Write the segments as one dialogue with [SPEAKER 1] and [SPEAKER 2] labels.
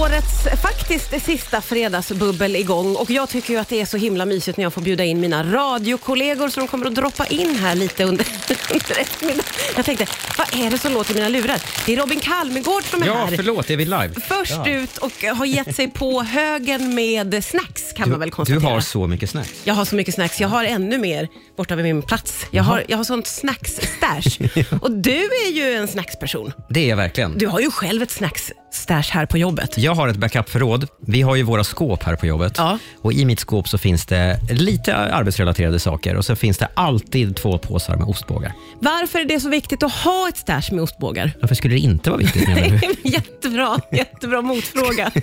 [SPEAKER 1] årets faktiskt sista fredagsbubbel igång och jag tycker ju att det är så himla mysigt när jag får bjuda in mina radiokollegor så de kommer att droppa in här lite under, under eftermiddagen. Jag tänkte, vad är det som låter i mina lurar? Det är Robin Kalmegård som är
[SPEAKER 2] Ja,
[SPEAKER 1] här.
[SPEAKER 2] förlåt, är vi live?
[SPEAKER 1] Först
[SPEAKER 2] ja.
[SPEAKER 1] ut och har gett sig på högen med snacks kan man väl
[SPEAKER 2] Du
[SPEAKER 1] konstatera.
[SPEAKER 2] har så mycket snacks.
[SPEAKER 1] Jag har så mycket snacks. Jag har ännu mer borta vid min plats. Jag har, jag har sånt snacks-stash. Och du är ju en snacksperson.
[SPEAKER 2] Det är jag verkligen.
[SPEAKER 1] Du har ju själv ett snacks-stash här på jobbet.
[SPEAKER 2] Jag har ett backup-förråd. Vi har ju våra skåp här på jobbet.
[SPEAKER 1] Ja.
[SPEAKER 2] Och I mitt skåp så finns det lite arbetsrelaterade saker och sen finns det alltid två påsar med ostbågar.
[SPEAKER 1] Varför är det så viktigt att ha ett stash med ostbågar?
[SPEAKER 2] Varför skulle det inte vara viktigt? menar du?
[SPEAKER 1] jättebra, jättebra motfråga.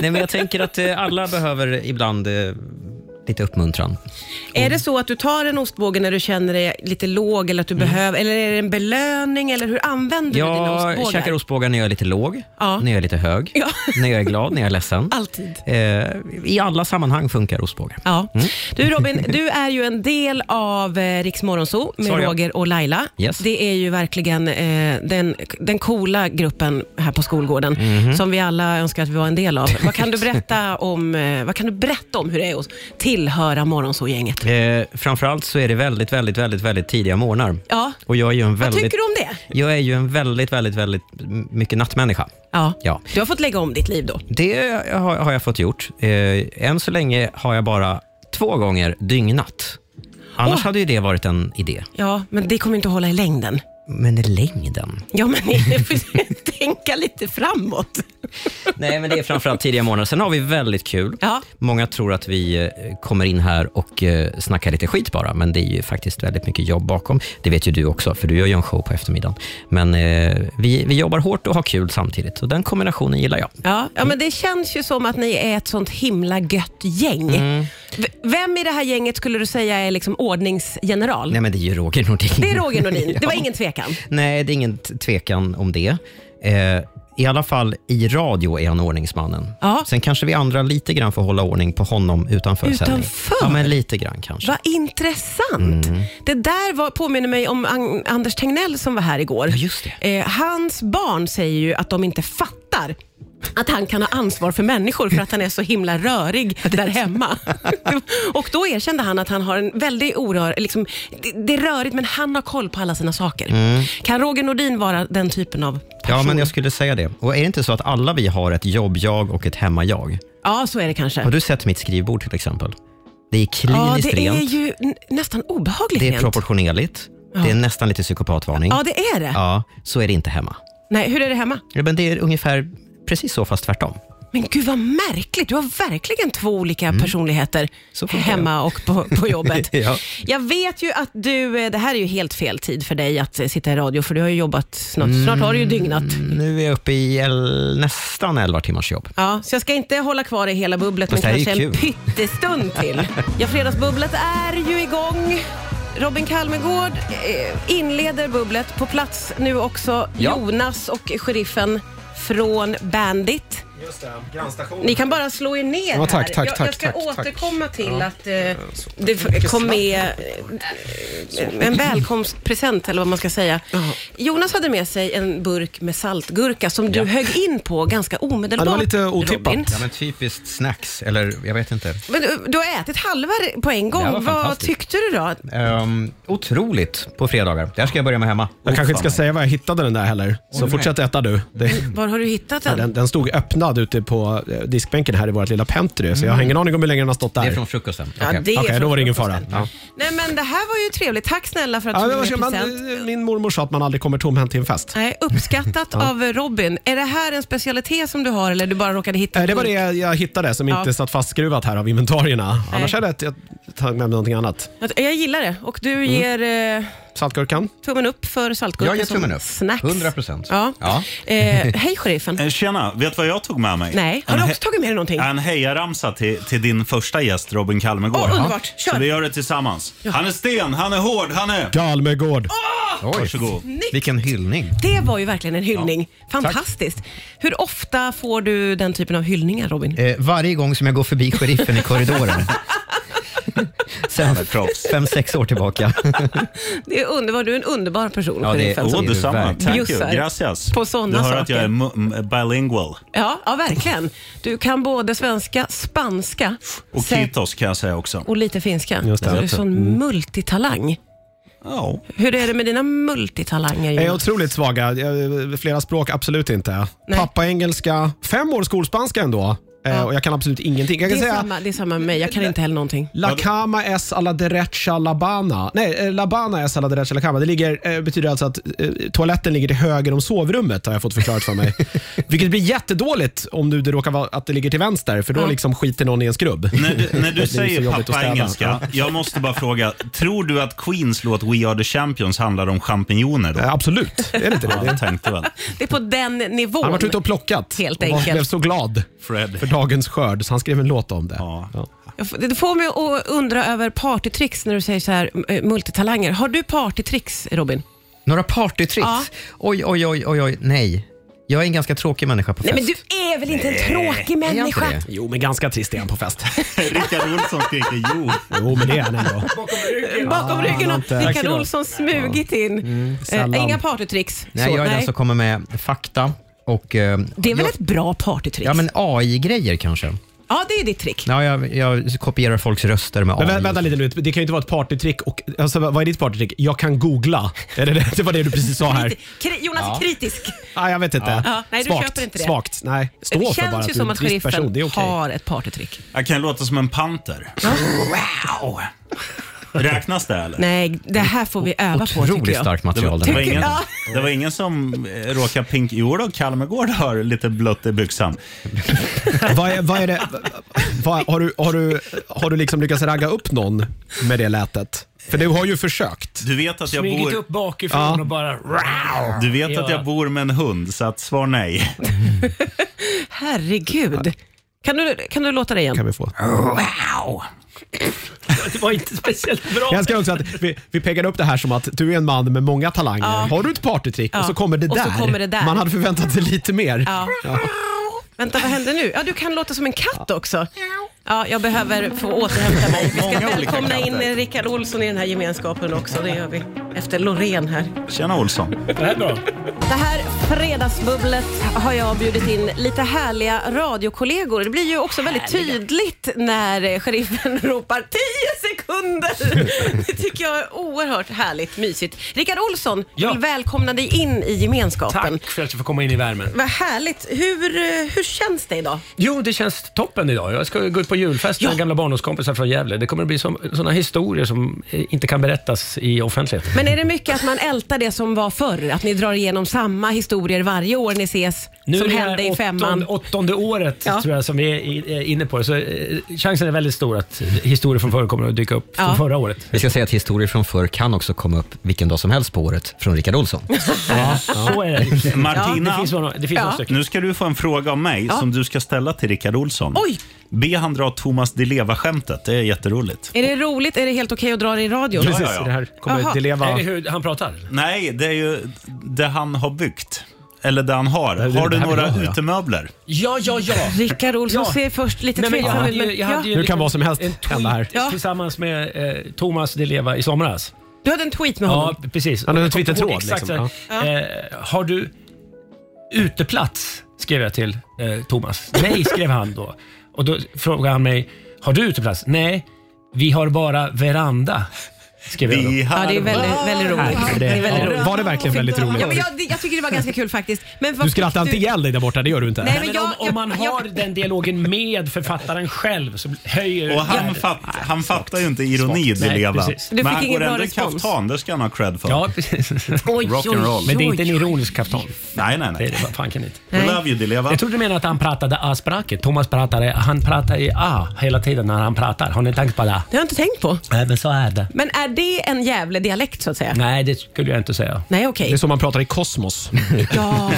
[SPEAKER 2] Nej, men jag tänker att eh, alla behöver ibland eh, lite uppmuntran.
[SPEAKER 1] är det så att du tar en ostbåge när du känner dig lite låg eller att du
[SPEAKER 2] Mm.
[SPEAKER 1] behöver, eller är det en belöning eller hur använder du dina
[SPEAKER 2] Jag
[SPEAKER 1] ostbågar?
[SPEAKER 2] käkar ostbågar när jag är lite låg,
[SPEAKER 1] Ja.
[SPEAKER 2] när jag är lite hög,
[SPEAKER 1] Ja.
[SPEAKER 2] när jag är glad, när jag är ledsen.
[SPEAKER 1] Alltid.
[SPEAKER 2] Eh, I alla sammanhang funkar ostbågar.
[SPEAKER 1] Ja. Du Robin, du är ju en del av eh, Rix Morgonzoo med
[SPEAKER 2] Så är jag.
[SPEAKER 1] Roger och Laila.
[SPEAKER 2] Yes.
[SPEAKER 1] Det är ju verkligen eh, den, den coola gruppen här på skolgården som vi alla önskar att vi var en del av. Vad kan du berätta om, eh, vad kan du berätta om hur det är att tillhöra Morgonzoo-gänget?
[SPEAKER 2] Eh, framförallt så är det väldigt, väldigt, väldigt, väldigt tidiga morgnar.
[SPEAKER 1] Ja.
[SPEAKER 2] Och jag är ju en
[SPEAKER 1] Vad
[SPEAKER 2] väldigt,
[SPEAKER 1] tycker du om det?
[SPEAKER 2] Jag är ju en väldigt, väldigt, väldigt m- mycket nattmänniska.
[SPEAKER 1] Ja.
[SPEAKER 2] Ja.
[SPEAKER 1] Du har fått lägga om ditt liv då.
[SPEAKER 2] Det har, har jag fått gjort. Eh, än så länge har jag bara två gånger dygnat. Annars
[SPEAKER 1] Åh.
[SPEAKER 2] hade ju det varit en idé.
[SPEAKER 1] Ja, men det kommer inte att hålla i längden.
[SPEAKER 2] Men i längden?
[SPEAKER 1] Ja, men ni får tänka lite framåt.
[SPEAKER 2] Nej, men det är framförallt tidiga morgnar. Sen har vi väldigt kul.
[SPEAKER 1] Ja.
[SPEAKER 2] Många tror att vi eh, kommer in här och eh, snackar lite skit bara, men det är ju faktiskt väldigt mycket jobb bakom. Det vet ju du också, för du gör ju en show på eftermiddagen. Men eh, vi, vi jobbar hårt och har kul samtidigt, så den kombinationen gillar jag.
[SPEAKER 1] Ja, ja men det känns ju som att ni är ett sånt himla gött gäng.
[SPEAKER 2] Mm.
[SPEAKER 1] V- Vem i det här gänget skulle du säga är liksom ordningsgeneral?
[SPEAKER 2] Nej, men det är ju Roger Nordin.
[SPEAKER 1] Det är Roger Nordin. Det var
[SPEAKER 2] Ja.
[SPEAKER 1] ingen tvekan.
[SPEAKER 2] Nej, det är ingen t- tvekan om det. Eh, I alla fall i radio är han ordningsmannen.
[SPEAKER 1] Ja.
[SPEAKER 2] Sen kanske vi andra lite grann får hålla ordning på honom utanför, sändning.
[SPEAKER 1] Utanför?
[SPEAKER 2] Ja, men lite grann kanske.
[SPEAKER 1] Vad intressant.
[SPEAKER 2] Mm.
[SPEAKER 1] Det där var, påminner mig om An- Anders Tegnell som var här igår.
[SPEAKER 2] Ja, just
[SPEAKER 1] Eh, hans barn säger ju att de inte fattar att han kan ha ansvar för människor för att han är så himla rörig där hemma. Och då erkände han att han har en väldigt orör... Liksom, det, det är rörigt, men han har koll på alla sina saker. Kan Roger Nordin vara den typen av person?
[SPEAKER 2] Mm. Ja, men jag skulle säga det. Och är det inte så att alla vi har ett jobb-jag och ett hemma-jag?
[SPEAKER 1] Ja, så är det kanske.
[SPEAKER 2] Har du sett mitt skrivbord till exempel? Det är
[SPEAKER 1] ja,
[SPEAKER 2] kliniskt
[SPEAKER 1] det är
[SPEAKER 2] rent,
[SPEAKER 1] ju n- nästan obehagligt
[SPEAKER 2] det är
[SPEAKER 1] rent.
[SPEAKER 2] proportionerligt, det är nästan lite psykopatvarning.
[SPEAKER 1] Ja, det är det.
[SPEAKER 2] Ja, så är det inte hemma.
[SPEAKER 1] Nej, hur är det hemma?
[SPEAKER 2] Ja, men det är ungefär precis så, fast tvärtom.
[SPEAKER 1] Men gud vad märkligt. Du har verkligen två olika personligheter
[SPEAKER 2] Mm. Så funkar
[SPEAKER 1] hemma och på, på jobbet.
[SPEAKER 2] Ja.
[SPEAKER 1] Jag vet ju att du, eh, det här är ju helt fel tid för dig att eh, sitta i radio, för du har ju jobbat snart,
[SPEAKER 2] Mm.
[SPEAKER 1] snart har du ju dygnat.
[SPEAKER 2] Nu är jag uppe i el, nästan 11 timmars jobb.
[SPEAKER 1] Ja, så jag ska inte hålla kvar i hela bubblet, men
[SPEAKER 2] Fast det här är
[SPEAKER 1] kanske
[SPEAKER 2] ju
[SPEAKER 1] en
[SPEAKER 2] kul.
[SPEAKER 1] pyttestund till. Ja, Fredagsbubblet är ju igång. Robin Kalmegård eh, inleder bubblet. På plats nu också
[SPEAKER 2] Ja.
[SPEAKER 1] Jonas och sheriffen från Bandit.
[SPEAKER 3] Just det, grannstationen.
[SPEAKER 1] Ni kan bara slå er ner
[SPEAKER 3] Ja, tack,
[SPEAKER 1] här.
[SPEAKER 3] tack,
[SPEAKER 1] jag, jag
[SPEAKER 3] tack,
[SPEAKER 1] ska
[SPEAKER 3] tack, tack.
[SPEAKER 1] återkomma till att eh, det f- kom med eh, en välkomstpresent, eller vad man ska säga. Jonas hade med sig en burk med saltgurka som du högg in på ganska omedelbart.
[SPEAKER 3] Ja, det var lite otippat.
[SPEAKER 1] Robin.
[SPEAKER 2] Ja, men typiskt snacks, eller jag vet inte.
[SPEAKER 1] Men eh, du, du har ätit halva på en
[SPEAKER 2] Det här
[SPEAKER 1] gång.
[SPEAKER 2] var
[SPEAKER 1] Vad
[SPEAKER 2] fantastiskt.
[SPEAKER 1] tyckte du då?
[SPEAKER 2] Ehm, otroligt på fredagar. Där ska jag börja med hemma.
[SPEAKER 3] Jag kanske
[SPEAKER 2] Oh,
[SPEAKER 3] inte ska
[SPEAKER 2] fan.
[SPEAKER 3] säga var jag hittade den där heller, så
[SPEAKER 2] nej.
[SPEAKER 3] fortsätt äta du. Det,
[SPEAKER 1] Var har du hittat den?
[SPEAKER 3] den, den stod öppnad ute på eh, diskbänken här i vårt lilla pentry, så jag har ingen aning om hur länge den har stått
[SPEAKER 2] Mm. Det är
[SPEAKER 3] där.
[SPEAKER 2] från frukosten.
[SPEAKER 1] Ja,
[SPEAKER 2] Okej.
[SPEAKER 1] det är
[SPEAKER 3] Okej, då
[SPEAKER 1] från
[SPEAKER 3] var det ingen fara.
[SPEAKER 1] frukosten.
[SPEAKER 3] Ja.
[SPEAKER 1] Nej, men det här var ju trevligt. Tack snälla för att
[SPEAKER 3] Ja,
[SPEAKER 1] du
[SPEAKER 3] men
[SPEAKER 1] tog
[SPEAKER 3] vad
[SPEAKER 1] med
[SPEAKER 3] ska man, eh,
[SPEAKER 1] present.
[SPEAKER 3] min mormor sa att man aldrig kommer tomhänt till en fest.
[SPEAKER 1] Nej, uppskattat av Robin. Är det här en specialitet som du har eller du bara råkade hitta
[SPEAKER 3] Eh, Det
[SPEAKER 1] en
[SPEAKER 3] var det
[SPEAKER 1] burk?
[SPEAKER 3] jag hittade som
[SPEAKER 1] Ja.
[SPEAKER 3] inte satt fastskruvat här av inventarierna. Annars hade jag jag tagit med mig någonting annat.
[SPEAKER 1] Jag- Jag gillar det och du ger eh,
[SPEAKER 3] Saltgurkan?
[SPEAKER 1] tummen upp för saltgurka
[SPEAKER 2] Jag ger
[SPEAKER 1] som
[SPEAKER 2] tummen upp.
[SPEAKER 1] Snacks.
[SPEAKER 2] 100%.
[SPEAKER 1] Ja.
[SPEAKER 2] Ja.
[SPEAKER 1] Eh, hej sheriffen.
[SPEAKER 4] Eh, Tjena, vet du vad jag tog med mig?
[SPEAKER 1] Nej, har du
[SPEAKER 4] En he-
[SPEAKER 1] också tagit med dig någonting?
[SPEAKER 4] En hejaramsa till, till din första gäst Robin Kalmegård.
[SPEAKER 1] Åh, underbart. Kör.
[SPEAKER 4] Så vi gör det tillsammans. Han är sten, han är hård, han är...
[SPEAKER 3] Galmegård.
[SPEAKER 2] Oj,
[SPEAKER 4] Varsågod.
[SPEAKER 2] vilken hyllning.
[SPEAKER 1] Det var ju verkligen en hyllning. Fantastiskt. Hur ofta
[SPEAKER 3] Eh.
[SPEAKER 1] får du den typen av hyllningar Robin?
[SPEAKER 2] Eh, varje gång som jag går förbi sheriffen i korridoren Sen
[SPEAKER 4] Proffs.
[SPEAKER 2] fem, sex år tillbaka.
[SPEAKER 1] Det är underbart. Du är en underbar person,
[SPEAKER 2] Ja, det är-
[SPEAKER 1] Sheriffen.
[SPEAKER 2] åh,
[SPEAKER 3] Alltså,
[SPEAKER 4] Åh,
[SPEAKER 2] du
[SPEAKER 4] detsamma.
[SPEAKER 2] verkligen.
[SPEAKER 4] Tack.
[SPEAKER 1] Bjussar.
[SPEAKER 4] you. Gracias.
[SPEAKER 1] På såna
[SPEAKER 4] du hör att
[SPEAKER 1] saker.
[SPEAKER 4] jag är mu- m- bilingual.
[SPEAKER 1] Ja, ja, verkligen. Du kan både svenska, spanska
[SPEAKER 4] Och
[SPEAKER 1] sä-
[SPEAKER 4] kitos kan jag säga också.
[SPEAKER 1] och lite finska.
[SPEAKER 3] Just det. Mm.
[SPEAKER 1] Så du är en sån multitalang.
[SPEAKER 4] Ja.
[SPEAKER 1] Hur är det med dina multitalanger?
[SPEAKER 3] Eh, Jag är
[SPEAKER 1] Jonas?
[SPEAKER 3] otroligt svaga. Jag- Flera språk, absolut inte.
[SPEAKER 1] Nej.
[SPEAKER 3] Pappa engelska, fem år skolspanska ändå. Eh, Och jag kan absolut ingenting. Jag
[SPEAKER 1] Det
[SPEAKER 3] kan
[SPEAKER 1] är,
[SPEAKER 3] säga
[SPEAKER 1] samma, det är samma med mig. Jag kan inte heller någonting.
[SPEAKER 3] La cama es a la derecha la bana. Nej, eh, la bana es a la derecha la cama. Det ligger, eh, betyder alltså att eh, toaletten ligger till höger om sovrummet, har jag fått förklarat för mig. Vilket blir jättedåligt om nu det råkar vara att det ligger till vänster, för då
[SPEAKER 1] Ja. Mm.
[SPEAKER 3] liksom skiter någon i en skrubb.
[SPEAKER 4] När du, när
[SPEAKER 3] Det
[SPEAKER 4] du
[SPEAKER 3] är så jobbigt
[SPEAKER 4] säger
[SPEAKER 3] att
[SPEAKER 4] pappa
[SPEAKER 3] städa.
[SPEAKER 4] engelska, jag måste bara fråga. Tror du att Queens låt We Are The Champions handlar om champinjoner då?
[SPEAKER 3] Eh, Absolut, det är inte det.
[SPEAKER 4] Ja,
[SPEAKER 3] det.
[SPEAKER 4] jag tänkte väl.
[SPEAKER 1] Det är på den nivån.
[SPEAKER 3] Han har varit ute och plockat
[SPEAKER 1] Helt
[SPEAKER 3] och
[SPEAKER 1] enkelt.
[SPEAKER 3] blev så glad för
[SPEAKER 4] Fred.
[SPEAKER 3] dagens skörd, så han skrev en låt om det.
[SPEAKER 4] Ja.
[SPEAKER 1] Jag får- Det får mig att undra över partytricks när du säger så här, eh, multitalanger. Har du partytricks, Robin?
[SPEAKER 2] Några partytricks?
[SPEAKER 1] Ja.
[SPEAKER 2] Oj, oj, oj, oj, oj, nej. Jag är en ganska tråkig människa på fest.
[SPEAKER 1] Nej, men du är väl inte en tråkig
[SPEAKER 2] Är jag inte
[SPEAKER 1] människa?
[SPEAKER 2] det?
[SPEAKER 3] Jo, men ganska trist är han på fest.
[SPEAKER 4] Rickard Olsson skriker jo.
[SPEAKER 3] Jo, men det är han ändå.
[SPEAKER 1] Bakom
[SPEAKER 3] Ja,
[SPEAKER 1] ryggen
[SPEAKER 3] han har
[SPEAKER 1] har
[SPEAKER 3] inte- Tack
[SPEAKER 1] Rickard
[SPEAKER 3] ska du ha.
[SPEAKER 1] Olsson smugit in.
[SPEAKER 3] sällan.
[SPEAKER 1] eh, inga partytricks.
[SPEAKER 2] Nej,
[SPEAKER 1] Så,
[SPEAKER 2] jag är den
[SPEAKER 1] nej.
[SPEAKER 2] som kommer med fakta och... eh,
[SPEAKER 1] Det är väl
[SPEAKER 2] jag,
[SPEAKER 1] ett bra partytrick?
[SPEAKER 2] Ja, men AI-grejer kanske.
[SPEAKER 1] Ja, det är ditt trick.
[SPEAKER 2] Ja, jag, jag kopierar folks röster med
[SPEAKER 3] Men
[SPEAKER 2] AI.
[SPEAKER 3] vä- vänta lite nu, det kan ju inte vara ett partytrick. Och, alltså, vad vad är ditt partytrick? Jag kan googla. Är det, det? det var det du precis sa här.
[SPEAKER 1] Lite- kri- Jonas är kritisk.
[SPEAKER 3] Ah, jag vet inte.
[SPEAKER 1] Ja, nej, du
[SPEAKER 3] svagt,
[SPEAKER 1] köper inte det.
[SPEAKER 3] Svagt. Nej,
[SPEAKER 1] det
[SPEAKER 3] stå för bara
[SPEAKER 1] känns
[SPEAKER 3] att
[SPEAKER 1] ju
[SPEAKER 3] du är
[SPEAKER 1] som
[SPEAKER 3] en
[SPEAKER 1] att
[SPEAKER 3] trist
[SPEAKER 1] sheriffen
[SPEAKER 3] person. Det är okej.
[SPEAKER 1] har ett partytrick.
[SPEAKER 4] Jag kan låta som en panter. Wow! Räknas det eller?
[SPEAKER 1] Nej, det här får vi öva på tycker
[SPEAKER 2] Otroligt
[SPEAKER 1] jag.
[SPEAKER 2] starkt
[SPEAKER 4] Det var,
[SPEAKER 2] material.
[SPEAKER 4] det,
[SPEAKER 2] Den
[SPEAKER 4] var
[SPEAKER 2] här.
[SPEAKER 4] ingen,
[SPEAKER 1] Ja.
[SPEAKER 4] det var ingen som eh, råkade pink... Jo då, Kalmegård har lite blött i byxan.
[SPEAKER 3] Vad är, vad är det? Vad, har, du, har, du, har du liksom lyckats ragga upp någon med det lätet? För du har ju försökt.
[SPEAKER 4] Du vet att jag
[SPEAKER 5] Smugit
[SPEAKER 4] bor,
[SPEAKER 5] upp bakifrån
[SPEAKER 3] Ja.
[SPEAKER 5] och bara... Wow!
[SPEAKER 4] du vet att jag bor med en hund, så att svar nej.
[SPEAKER 1] Herregud. Kan du, kan du låta det igen?
[SPEAKER 3] Kan vi få.
[SPEAKER 4] Wow!
[SPEAKER 5] Det var inte speciellt bra.
[SPEAKER 3] Jag älskar också att vi, vi pekade upp det här som att du är en man med många talanger.
[SPEAKER 1] Ja.
[SPEAKER 3] Har du ett partytrick
[SPEAKER 1] Ja.
[SPEAKER 3] och så kommer det
[SPEAKER 1] Och så
[SPEAKER 3] där.
[SPEAKER 1] kommer det där.
[SPEAKER 3] Man hade förväntat sig lite mer.
[SPEAKER 1] Ja. Vänta, vad hände nu? Ja, du kan låta som en katt också. Ja, jag behöver få återhämta mig. Vi ska
[SPEAKER 4] Många olika
[SPEAKER 1] välkomna in
[SPEAKER 4] katter.
[SPEAKER 1] Rickard Olsson i den här gemenskapen också. Det gör vi efter Loreen här.
[SPEAKER 4] Tjena Olsson.
[SPEAKER 5] Det här är bra.
[SPEAKER 1] Det här fredagsbubblet har jag bjudit in lite härliga radiokollegor. Det blir ju också väldigt tydligt när eh, sheriffen ropar 10 sekunder. Det tycker jag är oerhört härligt mysigt. Rickard Olsson,
[SPEAKER 5] Ja.
[SPEAKER 1] vill välkomna dig in i gemenskapen.
[SPEAKER 5] Tack för att jag får komma in i värmen.
[SPEAKER 1] Vad härligt. Hur, eh, hur känns det idag?
[SPEAKER 5] Jo, det känns toppen idag. Jag ska gå ut på julfest med
[SPEAKER 1] Ja.
[SPEAKER 5] gamla barndomskompisar från Gävle. Det kommer att bli sådana historier som eh, inte kan berättas i offentligheten.
[SPEAKER 1] Men är det mycket att man ältar det som var förr? Att ni drar igenom samma historier varje år ni ses? som
[SPEAKER 5] är det
[SPEAKER 1] hände i
[SPEAKER 5] här
[SPEAKER 1] femman?
[SPEAKER 5] åttonde, åttonde året
[SPEAKER 1] Ja.
[SPEAKER 5] tror jag som vi är i- är inne på det. Så eh, chansen är väldigt stor att historier från förr kommer att dyka upp
[SPEAKER 1] Ja.
[SPEAKER 5] från förra året.
[SPEAKER 2] Vi ska säga att historier från förr kan också komma upp vilken dag som helst på året från Rickard Olsson.
[SPEAKER 5] Så är det. Det
[SPEAKER 4] Martina,
[SPEAKER 5] finns, några, det finns
[SPEAKER 1] Ja.
[SPEAKER 5] några stycken.
[SPEAKER 4] nu ska du få en fråga av mig som du ska ställa till Rickard Olsson.
[SPEAKER 1] Oj.
[SPEAKER 4] Be han dra Thomas Di Leva-skämtet. Det är jätteroligt.
[SPEAKER 1] Är det roligt? Är det helt okej att dra det i radion?
[SPEAKER 4] Ja,
[SPEAKER 3] Precis,
[SPEAKER 4] ja, ja.
[SPEAKER 3] det här
[SPEAKER 1] Jaha.
[SPEAKER 3] kommer det leva...
[SPEAKER 5] Är det hur han pratar?
[SPEAKER 4] Nej, det är ju det han har byggt. Eller det han har.
[SPEAKER 3] det
[SPEAKER 4] Har du
[SPEAKER 3] här vill
[SPEAKER 4] några
[SPEAKER 3] jag höra.
[SPEAKER 4] utemöbler?
[SPEAKER 5] Ja, ja, ja.
[SPEAKER 1] Rickard Olsson
[SPEAKER 5] Ja.
[SPEAKER 1] ser först lite
[SPEAKER 5] Nej, men jag
[SPEAKER 1] tveksam
[SPEAKER 5] hade
[SPEAKER 1] ut.
[SPEAKER 5] ju,
[SPEAKER 1] men-
[SPEAKER 5] jag hade ju
[SPEAKER 1] Ja.
[SPEAKER 3] Nu kan
[SPEAKER 5] liksom
[SPEAKER 3] vad som helst
[SPEAKER 5] en
[SPEAKER 3] hända här.
[SPEAKER 5] tweet
[SPEAKER 1] Ja.
[SPEAKER 5] Tillsammans med eh, Thomas Di Leva i somras.
[SPEAKER 1] Du hade en tweet med honom.
[SPEAKER 5] Ja, precis.
[SPEAKER 3] Han hade en
[SPEAKER 5] Jag kommer inte ihåg
[SPEAKER 3] Twitter-tråd,
[SPEAKER 5] exakt
[SPEAKER 3] liksom.
[SPEAKER 5] så här. Eh, har du uteplats? Skrev jag till eh, Thomas. Nej, skrev han då. Och då frågade han mig, har du uteplats? Nej, vi har bara veranda. Skrev jag då.
[SPEAKER 4] Vi
[SPEAKER 1] Ja,
[SPEAKER 4] har
[SPEAKER 1] det är väldigt, väldigt roligt. Det är väldigt
[SPEAKER 5] Ja.
[SPEAKER 1] roligt.
[SPEAKER 3] Var det verkligen väldigt roligt?
[SPEAKER 1] Ja, men jag, det- jag tycker det var ganska kul faktiskt. Men vad
[SPEAKER 3] Du skrattar
[SPEAKER 1] fick
[SPEAKER 3] inte
[SPEAKER 1] du-
[SPEAKER 3] ihjäl dig där borta, det gör du inte.
[SPEAKER 1] Nej,
[SPEAKER 5] Nej,
[SPEAKER 1] men
[SPEAKER 5] men
[SPEAKER 1] jag-
[SPEAKER 5] om, om man
[SPEAKER 1] jag-
[SPEAKER 5] har den dialogen med författaren själv så höjer
[SPEAKER 4] Och han,
[SPEAKER 5] Ja.
[SPEAKER 4] fatt, han fattar ju inte ironi, Di
[SPEAKER 5] Nej,
[SPEAKER 4] Leva.
[SPEAKER 5] precis. Du
[SPEAKER 1] fick
[SPEAKER 4] Men han
[SPEAKER 1] ingen
[SPEAKER 4] går
[SPEAKER 1] bra
[SPEAKER 4] ändå i
[SPEAKER 1] respons.
[SPEAKER 4] kaftan, det ska han ha cred för.
[SPEAKER 5] Ja, precis.
[SPEAKER 1] Oj,
[SPEAKER 4] Rock and
[SPEAKER 1] oj,
[SPEAKER 4] roll.
[SPEAKER 1] oj,
[SPEAKER 5] Men det är inte en
[SPEAKER 1] oj.
[SPEAKER 5] ironisk kaftan.
[SPEAKER 4] Nej, nej,
[SPEAKER 5] Det är
[SPEAKER 4] nej.
[SPEAKER 5] det, fan kan inte.
[SPEAKER 4] We
[SPEAKER 1] Nej.
[SPEAKER 4] love you, Di Leva.
[SPEAKER 5] Jag trodde du menade att han pratade A-språket. Thomas pratade, han pratar i A hela tiden när han pratar. Har ni tänkt på det?
[SPEAKER 1] Det har jag inte tänkt på.
[SPEAKER 5] Nej, men så är det.
[SPEAKER 1] Men är det en Gävle-dialekt så att säga?
[SPEAKER 5] Nej, det skulle jag inte säga.
[SPEAKER 1] Nej, okej.
[SPEAKER 3] Det är så man pratar i kosmos.
[SPEAKER 1] Ja,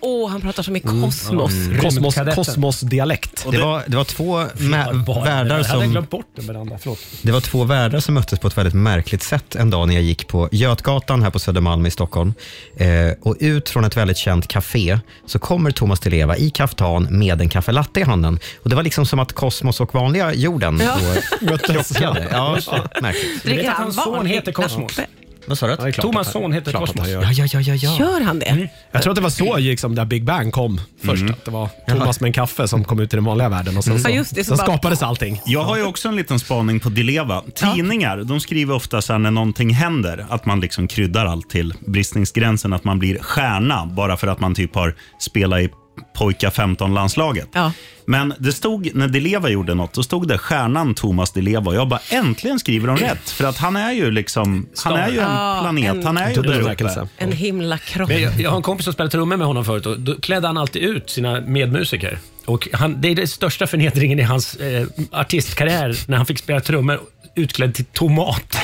[SPEAKER 1] åh, han pratar som i
[SPEAKER 3] Mm.
[SPEAKER 1] kosmos.
[SPEAKER 3] Kosmos,
[SPEAKER 5] Kadetten.
[SPEAKER 3] kosmosdialekt.
[SPEAKER 2] Det var, det var två mä- världar
[SPEAKER 5] Jag hade
[SPEAKER 2] som,
[SPEAKER 5] glömt bort den Miranda, förlåt.
[SPEAKER 2] det var två världar som möttes på ett väldigt märkligt sätt en dag när jag gick på Götgatan här på Södermalm i Stockholm. Eh, och ut från ett väldigt känt café så kommer Thomas Di Leva i kaftan med en kaffelatte i handen. Och det var liksom som att kosmos och vanliga jorden
[SPEAKER 1] Ja.
[SPEAKER 2] då krockade. Ja, märkligt.
[SPEAKER 5] Du vet
[SPEAKER 1] Dricker
[SPEAKER 5] att hans son
[SPEAKER 1] vanlig
[SPEAKER 5] heter Kosmos?
[SPEAKER 1] kaffe?
[SPEAKER 2] Vad sa du?
[SPEAKER 3] klart
[SPEAKER 5] Thomas
[SPEAKER 3] att han-
[SPEAKER 5] son heter
[SPEAKER 3] klart att han
[SPEAKER 5] Kosmos.
[SPEAKER 3] gör.
[SPEAKER 2] Ja, ja, ja, ja. ja.
[SPEAKER 1] Gör han det?
[SPEAKER 5] Mm.
[SPEAKER 3] Jag tror att det var så liksom, där Big Bang kom först. Att det var Thomas med en kaffe som kom ut i den vanliga världen och sen, så,
[SPEAKER 1] Ja, just det, så
[SPEAKER 3] sen
[SPEAKER 1] bara-
[SPEAKER 3] skapades allting.
[SPEAKER 4] Jag har ju också en liten spaning på Dileva. Tidningar de skriver ofta så här när någonting händer, att man liksom kryddar allt till bristningsgränsen, att man blir stjärna bara för att man typ har spelat i pojka 15-landslaget.
[SPEAKER 1] Ja.
[SPEAKER 4] Men det stod, när Dileva gjorde något, då stod det stjärnan Thomas Dileva. Och jag bara, äntligen skriver de rätt. För att han är ju liksom, han är ju
[SPEAKER 1] Ja,
[SPEAKER 4] en planet.
[SPEAKER 1] en-
[SPEAKER 4] Han är ju
[SPEAKER 3] Dubbel
[SPEAKER 4] där uppe.
[SPEAKER 3] bemärkelse.
[SPEAKER 1] En himla kropp.
[SPEAKER 5] Men jag, jag har en kompis som spelar trummor med honom förut och då klädde han alltid ut sina medmusiker. Och han, det är den största förnedringen i hans eh, artistkarriär när han fick spela trummor utklädd till tomat.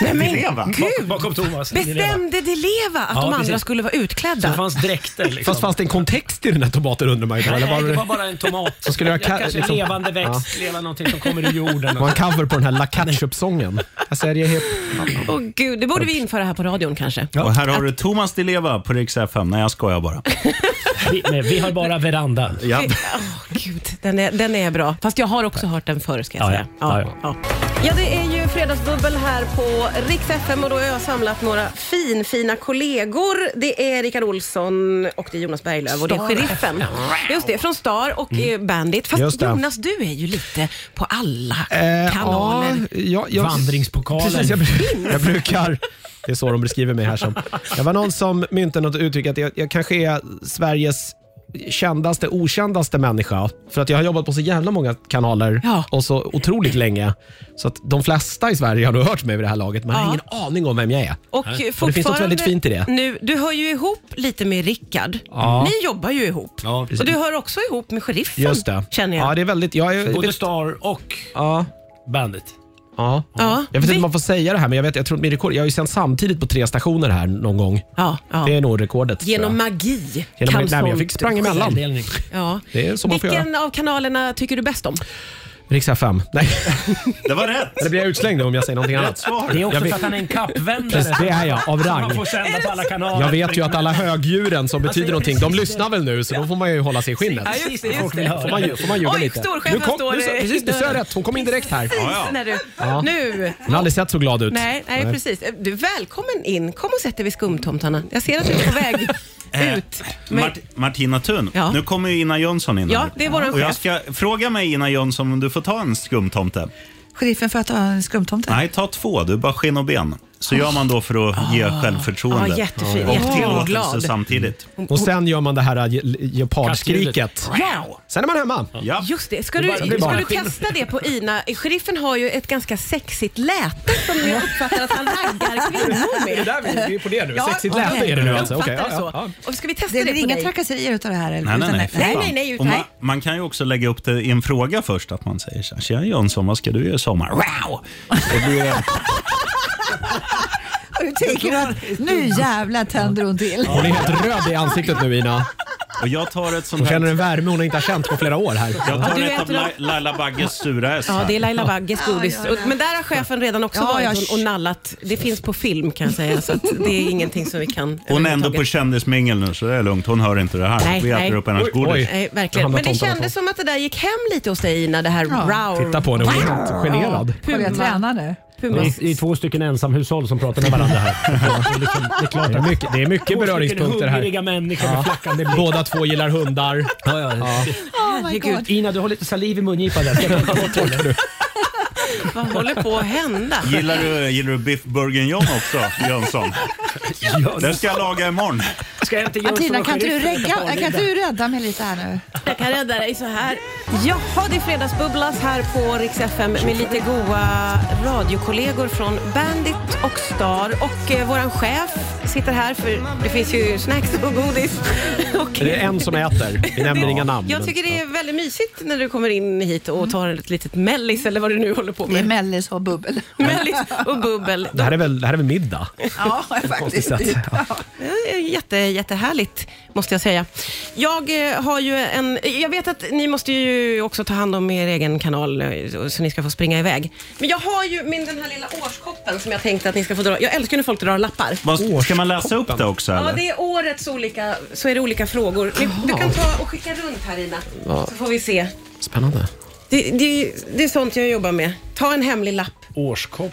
[SPEAKER 1] Nej, men
[SPEAKER 4] Dileva.
[SPEAKER 1] gud!
[SPEAKER 5] Bakom Thomas.
[SPEAKER 1] Bestämde Di Leva att
[SPEAKER 5] Ja,
[SPEAKER 1] de andra
[SPEAKER 5] precis.
[SPEAKER 1] skulle vara
[SPEAKER 5] Så det
[SPEAKER 1] utklädda?
[SPEAKER 5] fanns dräkter. Liksom.
[SPEAKER 3] Fast fanns det en kontext i den här tomaten undrar man ju då?
[SPEAKER 5] Nej,
[SPEAKER 3] Eller var
[SPEAKER 5] det
[SPEAKER 3] det
[SPEAKER 5] var bara en tomat.
[SPEAKER 3] Så skulle jag ka-
[SPEAKER 5] kanske
[SPEAKER 3] liksom-
[SPEAKER 5] levande växt, levande någonting som kommer ur jorden.
[SPEAKER 3] var en cover på den här La Ketchup-sången? Alltså, Jag säljer hip.
[SPEAKER 1] Åh gud, det borde vi införa här på radion kanske.
[SPEAKER 4] Och här har du Thomas Dileva på Rix FM. Nej, jag skojar bara.
[SPEAKER 5] Vi, nej, vi har bara veranda.
[SPEAKER 4] Ja.
[SPEAKER 1] Åh, gud, den är, den är bra. Fast jag har också hört den förr ska jag
[SPEAKER 5] Ja,
[SPEAKER 1] säga.
[SPEAKER 5] ja.
[SPEAKER 1] ja. Ja, det är ju fredagsdubbel här på Rix FM och då har jag samlat några finfina kollegor. Det är Rickard Olsson och det är Jonas Berglöf och det är Sheriffen. Just det, från Star och eh, Bandit.
[SPEAKER 3] Mm. Just
[SPEAKER 1] Fast
[SPEAKER 3] det.
[SPEAKER 1] Jonas, du är ju lite på alla
[SPEAKER 3] Eh,
[SPEAKER 1] kanaler.
[SPEAKER 3] ja, ja, jag-
[SPEAKER 5] Vandringspokalen.
[SPEAKER 3] Precis, jag, bru- jag brukar... Det är så de beskriver mig här som. Det var någon som myntade något uttryck att jag, jag kanske är Sveriges kändaste, okändaste människa. För att jag har jobbat på så jävla många kanaler
[SPEAKER 1] Ja.
[SPEAKER 3] och så otroligt länge. Så att de flesta i Sverige har nog hört mig vid det här laget, men
[SPEAKER 1] Ja.
[SPEAKER 3] har ingen aning om vem jag är.
[SPEAKER 1] Och
[SPEAKER 3] Och det finns något väldigt fint i det.
[SPEAKER 1] Nu, du hör ju ihop lite med Rickard. Ni jobbar ju ihop.
[SPEAKER 5] Ja, precis.
[SPEAKER 1] och du hör också ihop med sheriffen,
[SPEAKER 3] Just det.
[SPEAKER 1] känner jag.
[SPEAKER 3] Ja, det är väldigt... Jag, är,
[SPEAKER 5] Både
[SPEAKER 3] vet-
[SPEAKER 5] Star och
[SPEAKER 3] ja,
[SPEAKER 5] Bandit.
[SPEAKER 3] ja.
[SPEAKER 1] Ja,
[SPEAKER 3] Jag vet inte
[SPEAKER 1] vi-
[SPEAKER 3] om man får säga det här, men jag, vet, jag tror att min rekord... Jag har ju sänt samtidigt på tre stationer här någon gång.
[SPEAKER 1] ja, ja.
[SPEAKER 3] Det är nog rekordet. tror jag.
[SPEAKER 1] Genom magi
[SPEAKER 3] Genom
[SPEAKER 1] kan
[SPEAKER 3] magi- nej, men jag
[SPEAKER 1] sånt
[SPEAKER 3] fick sprang emellan.
[SPEAKER 1] ske.
[SPEAKER 5] Delning.
[SPEAKER 1] Ja.
[SPEAKER 3] Det är så man får
[SPEAKER 1] Vilken av kanalerna tycker du bäst om?
[SPEAKER 3] Riks FM. Nej,
[SPEAKER 4] Det var rätt.
[SPEAKER 3] det blir jag utslängd om jag säger någonting
[SPEAKER 4] Rätt
[SPEAKER 3] annat.
[SPEAKER 4] svar.
[SPEAKER 5] Det är också
[SPEAKER 3] Jag vet-
[SPEAKER 5] för att han är en kappvändare.
[SPEAKER 3] Precis, det är jag, av
[SPEAKER 5] Man
[SPEAKER 3] rang.
[SPEAKER 5] får sända på alla kanaler.
[SPEAKER 3] Jag vet ju att alla högdjuren som betyder
[SPEAKER 5] säger
[SPEAKER 3] någonting, de
[SPEAKER 5] precis
[SPEAKER 3] lyssnar väl nu så då får man ju hålla sig i skinnet.
[SPEAKER 1] Ja, just det, just det.
[SPEAKER 3] Får man, ju- får man ljuga
[SPEAKER 1] Oj,
[SPEAKER 3] lite.
[SPEAKER 1] storchefen
[SPEAKER 3] Nu kom-
[SPEAKER 1] står
[SPEAKER 3] nu sa-
[SPEAKER 1] i
[SPEAKER 3] Precis, du sa
[SPEAKER 1] dörren.
[SPEAKER 3] rätt. Hon kom in direkt här.
[SPEAKER 4] Ja, ja.
[SPEAKER 1] När du,
[SPEAKER 3] Ja.
[SPEAKER 1] Nu.
[SPEAKER 3] Hon har aldrig sett så glad ut.
[SPEAKER 1] Nej, nej, precis. Du, välkommen in. Kom och sätt dig vid skumtomtarna. Jag ser att du är på väg
[SPEAKER 4] Eh,
[SPEAKER 1] ut. Men-
[SPEAKER 4] Mart Martina Thun,
[SPEAKER 1] Ja.
[SPEAKER 4] nu kommer ju Ina Jönsson in. här.
[SPEAKER 1] Ja, det är våran
[SPEAKER 4] Och jag
[SPEAKER 1] chef.
[SPEAKER 4] ska fråga mig Ina Jönsson om du får ta en skumtomte.
[SPEAKER 6] Sheriffen för att ta en skumtomte?
[SPEAKER 4] Nej, ta två. Du är bara skinn och ben. Så gör man då för att ge självförtroende.
[SPEAKER 1] Ah. Ja, jättefin.
[SPEAKER 4] Och
[SPEAKER 1] Jättefin och
[SPEAKER 4] tillåtelse
[SPEAKER 1] glad. Mm.
[SPEAKER 4] samtidigt.
[SPEAKER 3] Och sen gör man det här äh, ge- leopardskriket.
[SPEAKER 1] Wow!
[SPEAKER 3] Sen är man hemma.
[SPEAKER 4] Ja.
[SPEAKER 1] Just det. Ska
[SPEAKER 5] Det
[SPEAKER 1] du,
[SPEAKER 5] bara- det
[SPEAKER 1] ska
[SPEAKER 5] bara-
[SPEAKER 1] du testa det på Ina? Sheriffen har ju ett ganska sexigt läte som jag uppfattar att han raggar kvinnor med.
[SPEAKER 3] vi är på det nu. Sexigt
[SPEAKER 1] okej.
[SPEAKER 3] läte är det nu
[SPEAKER 1] Jag
[SPEAKER 3] alltså. Okej,
[SPEAKER 1] uppfattar det
[SPEAKER 3] ja,
[SPEAKER 1] så.
[SPEAKER 3] ja,
[SPEAKER 1] Och ska vi testa
[SPEAKER 6] Det blir
[SPEAKER 1] det, på
[SPEAKER 6] inga
[SPEAKER 1] dig?
[SPEAKER 6] trakasserier utav det här? Eller?
[SPEAKER 4] Nej, nej,
[SPEAKER 6] utan-
[SPEAKER 4] nej. för
[SPEAKER 1] Nej,
[SPEAKER 4] fan.
[SPEAKER 1] nej, nej,
[SPEAKER 4] Och man,
[SPEAKER 1] nej.
[SPEAKER 4] man kan ju också lägga upp det i en fråga först, att man säger så här, Tjena Jönsson, vad ska du göra i sommar? Wow! Det blir,
[SPEAKER 6] Och du tänker att nu jävlar tänder hon till.
[SPEAKER 3] Hon är helt röd i ansiktet nu Ina.
[SPEAKER 4] och jag tar ett sånt
[SPEAKER 3] Hon känner
[SPEAKER 4] här...
[SPEAKER 3] en värme hon inte har känt på flera år här.
[SPEAKER 4] Jag
[SPEAKER 1] Ja,
[SPEAKER 4] tar
[SPEAKER 1] du
[SPEAKER 4] ett av
[SPEAKER 1] äter dem.
[SPEAKER 4] Lai- Laila Bagges sura S
[SPEAKER 1] Ja,
[SPEAKER 4] här.
[SPEAKER 1] det är Laila Bagges godis.
[SPEAKER 6] Ja, ja, ja.
[SPEAKER 1] Men där har chefen redan också
[SPEAKER 6] Ja, jag-
[SPEAKER 1] varit och- och nallat. Det finns på film kan jag säga, så att det är ingenting som vi kan...
[SPEAKER 4] Hon är ändå på
[SPEAKER 1] överhuvudtaget.
[SPEAKER 4] kändismingel nu, så det är lugnt. Hon hör inte det här.
[SPEAKER 1] Nej,
[SPEAKER 4] Vi äter
[SPEAKER 1] nej.
[SPEAKER 4] upp hennes
[SPEAKER 3] Oj,
[SPEAKER 4] godis.
[SPEAKER 3] oj.
[SPEAKER 1] Nej,
[SPEAKER 3] Det
[SPEAKER 1] verkligen.
[SPEAKER 3] handlar
[SPEAKER 1] Men det
[SPEAKER 3] om tomtar
[SPEAKER 1] kändes som att det där gick hem lite hos dig Ina, det här row.
[SPEAKER 3] Titta på henne, hon är helt generad.
[SPEAKER 6] Får jag
[SPEAKER 1] Puma.
[SPEAKER 6] träna nu?
[SPEAKER 1] Pumas.
[SPEAKER 5] Det är två stycken ensamhushåll som pratar med varandra här. Det är, liksom, det är klart
[SPEAKER 3] Det
[SPEAKER 5] att
[SPEAKER 3] är mycket, det är mycket beröringspunkter
[SPEAKER 5] Två stycken
[SPEAKER 3] här.
[SPEAKER 5] hungriga människor med flackande blick.
[SPEAKER 3] Båda två gillar hundar. Ja.
[SPEAKER 6] Oh my
[SPEAKER 1] Herregud.
[SPEAKER 6] God.
[SPEAKER 5] Ina, du har lite saliv i mungipan där. Ska jag ta bort den?
[SPEAKER 1] Vad håller på att hända?
[SPEAKER 4] Gillar du, gillar du biff bourguignon också, Jönsson? Den ska jag laga imorgon.
[SPEAKER 5] Ska jag inte göra
[SPEAKER 6] Tina,
[SPEAKER 5] såna
[SPEAKER 6] kan inte du,
[SPEAKER 5] sheriffen
[SPEAKER 6] rädda,
[SPEAKER 5] på
[SPEAKER 6] kan inte du rädda mig lite här nu?
[SPEAKER 1] Jag kan rädda dig så här. Jaha, det är Fredagsbubblas här på Rix FM med lite goa radiokollegor från Bandit och Star och eh, våran chef sitter här för det finns ju snacks och godis. Och
[SPEAKER 3] Det är en som äter. Vi nämner inga namn.
[SPEAKER 1] jag tycker det är väldigt mysigt när du kommer in hit och tar ett litet mellis eller vad du nu håller på
[SPEAKER 6] Det är
[SPEAKER 1] med.
[SPEAKER 6] mellis och bubbel.
[SPEAKER 1] Mellis och bubbel.
[SPEAKER 3] Det här är väl, det här är väl middag?
[SPEAKER 6] Ja,
[SPEAKER 3] konstigt
[SPEAKER 6] faktiskt.
[SPEAKER 3] sätt.
[SPEAKER 6] Typ. Ja.
[SPEAKER 1] Det är Jätte, jättehärligt, måste jag säga. Jag, eh, har ju en, jag vet att ni måste ju också ta hand om er egen kanal, eh, så ni ska få springa iväg. Men jag har ju min, den här lilla årskoppen som jag tänkte att ni ska få dra. Jag älskar när folk drar lappar.
[SPEAKER 4] Vad, ska man läsa upp det också?
[SPEAKER 1] Ja,
[SPEAKER 4] Eller?
[SPEAKER 1] det är årets olika, så är det olika frågor. Ni, du kan ta och skicka runt här, Ina, så får vi se.
[SPEAKER 3] Spännande.
[SPEAKER 1] Det, det, det är sånt jag jobbar med. Ta en hemlig lapp.
[SPEAKER 5] Årskopp.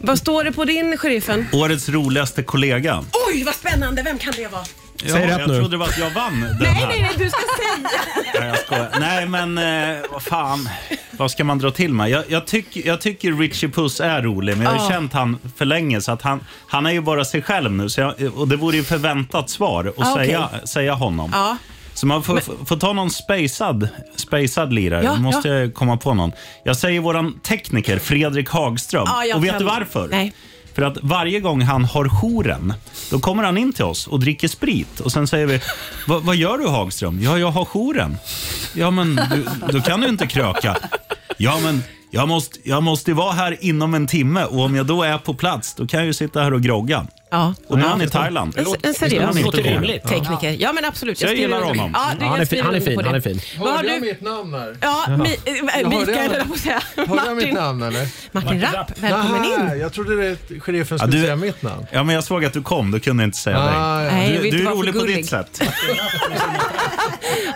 [SPEAKER 1] Vad står det på din, sheriffen?
[SPEAKER 4] Årets roligaste kollega.
[SPEAKER 1] Oj, vad spännande! Vem kan det vara?
[SPEAKER 3] Säg rätt
[SPEAKER 4] jag
[SPEAKER 3] nu.
[SPEAKER 4] trodde det var att jag vann den här.
[SPEAKER 1] du ska säga.
[SPEAKER 4] Nej, jag skojar. Nej, men eh, vad fan. Vad ska man dra till med? Jag, jag, tyck, jag tycker Richie Puss är rolig, men jag har ju känt han för länge. Så att han, han är ju bara sig själv nu. Så jag, och det vore ju förväntat svar att
[SPEAKER 1] Ah, okej.
[SPEAKER 4] säga, säga honom.
[SPEAKER 1] Ja.
[SPEAKER 4] Så man får, får- får ta någon spacad, spacad lirare.
[SPEAKER 1] Ja,
[SPEAKER 4] måste
[SPEAKER 1] ja.
[SPEAKER 4] jag komma på någon. Jag säger våran tekniker Fredrik Hagström.
[SPEAKER 1] Ja, jag
[SPEAKER 4] och vet
[SPEAKER 1] kan-
[SPEAKER 4] du varför?
[SPEAKER 1] Nej.
[SPEAKER 4] För att varje gång han har jouren, då kommer han in till oss och dricker sprit. Och Sen säger vi, "Va- vad gör du Hagström? Ja, jag har jouren. Ja, men du, då kan du inte kröka. Ja, men jag måste, jag måste vara här inom en timme och om jag då är på plats, då kan jag ju sitta här och grogga.
[SPEAKER 1] Ja.
[SPEAKER 4] Och nu är han i Thailand.
[SPEAKER 1] En, en seriös
[SPEAKER 4] Han är inte
[SPEAKER 5] Låter
[SPEAKER 4] rolig.
[SPEAKER 5] rimligt.
[SPEAKER 1] tekniker. Ja, men absolut.
[SPEAKER 4] Så jag
[SPEAKER 1] skriver
[SPEAKER 4] gillar
[SPEAKER 1] under.
[SPEAKER 4] honom.
[SPEAKER 1] Ja, du,
[SPEAKER 3] han
[SPEAKER 1] jag
[SPEAKER 3] är fin,
[SPEAKER 1] skriver
[SPEAKER 3] han är
[SPEAKER 1] under
[SPEAKER 3] fin,
[SPEAKER 1] på det.
[SPEAKER 3] han är fin.
[SPEAKER 1] Vad har
[SPEAKER 7] Hörde jag
[SPEAKER 1] du-
[SPEAKER 7] mitt namn här?
[SPEAKER 1] Ja, mi, eh,
[SPEAKER 7] Jag hörde
[SPEAKER 1] Mikael
[SPEAKER 7] jag.
[SPEAKER 1] höll jag på att säga.
[SPEAKER 7] Hörde jag mitt
[SPEAKER 1] Martin,
[SPEAKER 7] namn eller?
[SPEAKER 1] Martin Rapp, välkommen in.
[SPEAKER 7] Nähä, Jag trodde det, sheriffen
[SPEAKER 4] Ja,
[SPEAKER 7] skulle
[SPEAKER 4] du-
[SPEAKER 7] säga mitt namn.
[SPEAKER 4] Ja, men jag såg att du kom, då kunde jag inte säga
[SPEAKER 7] Ah,
[SPEAKER 4] dig.
[SPEAKER 7] ja.
[SPEAKER 1] Nej, jag vill
[SPEAKER 4] Du,
[SPEAKER 1] inte
[SPEAKER 4] du är
[SPEAKER 1] vara för
[SPEAKER 4] rolig på
[SPEAKER 1] gullig.
[SPEAKER 4] ditt sätt.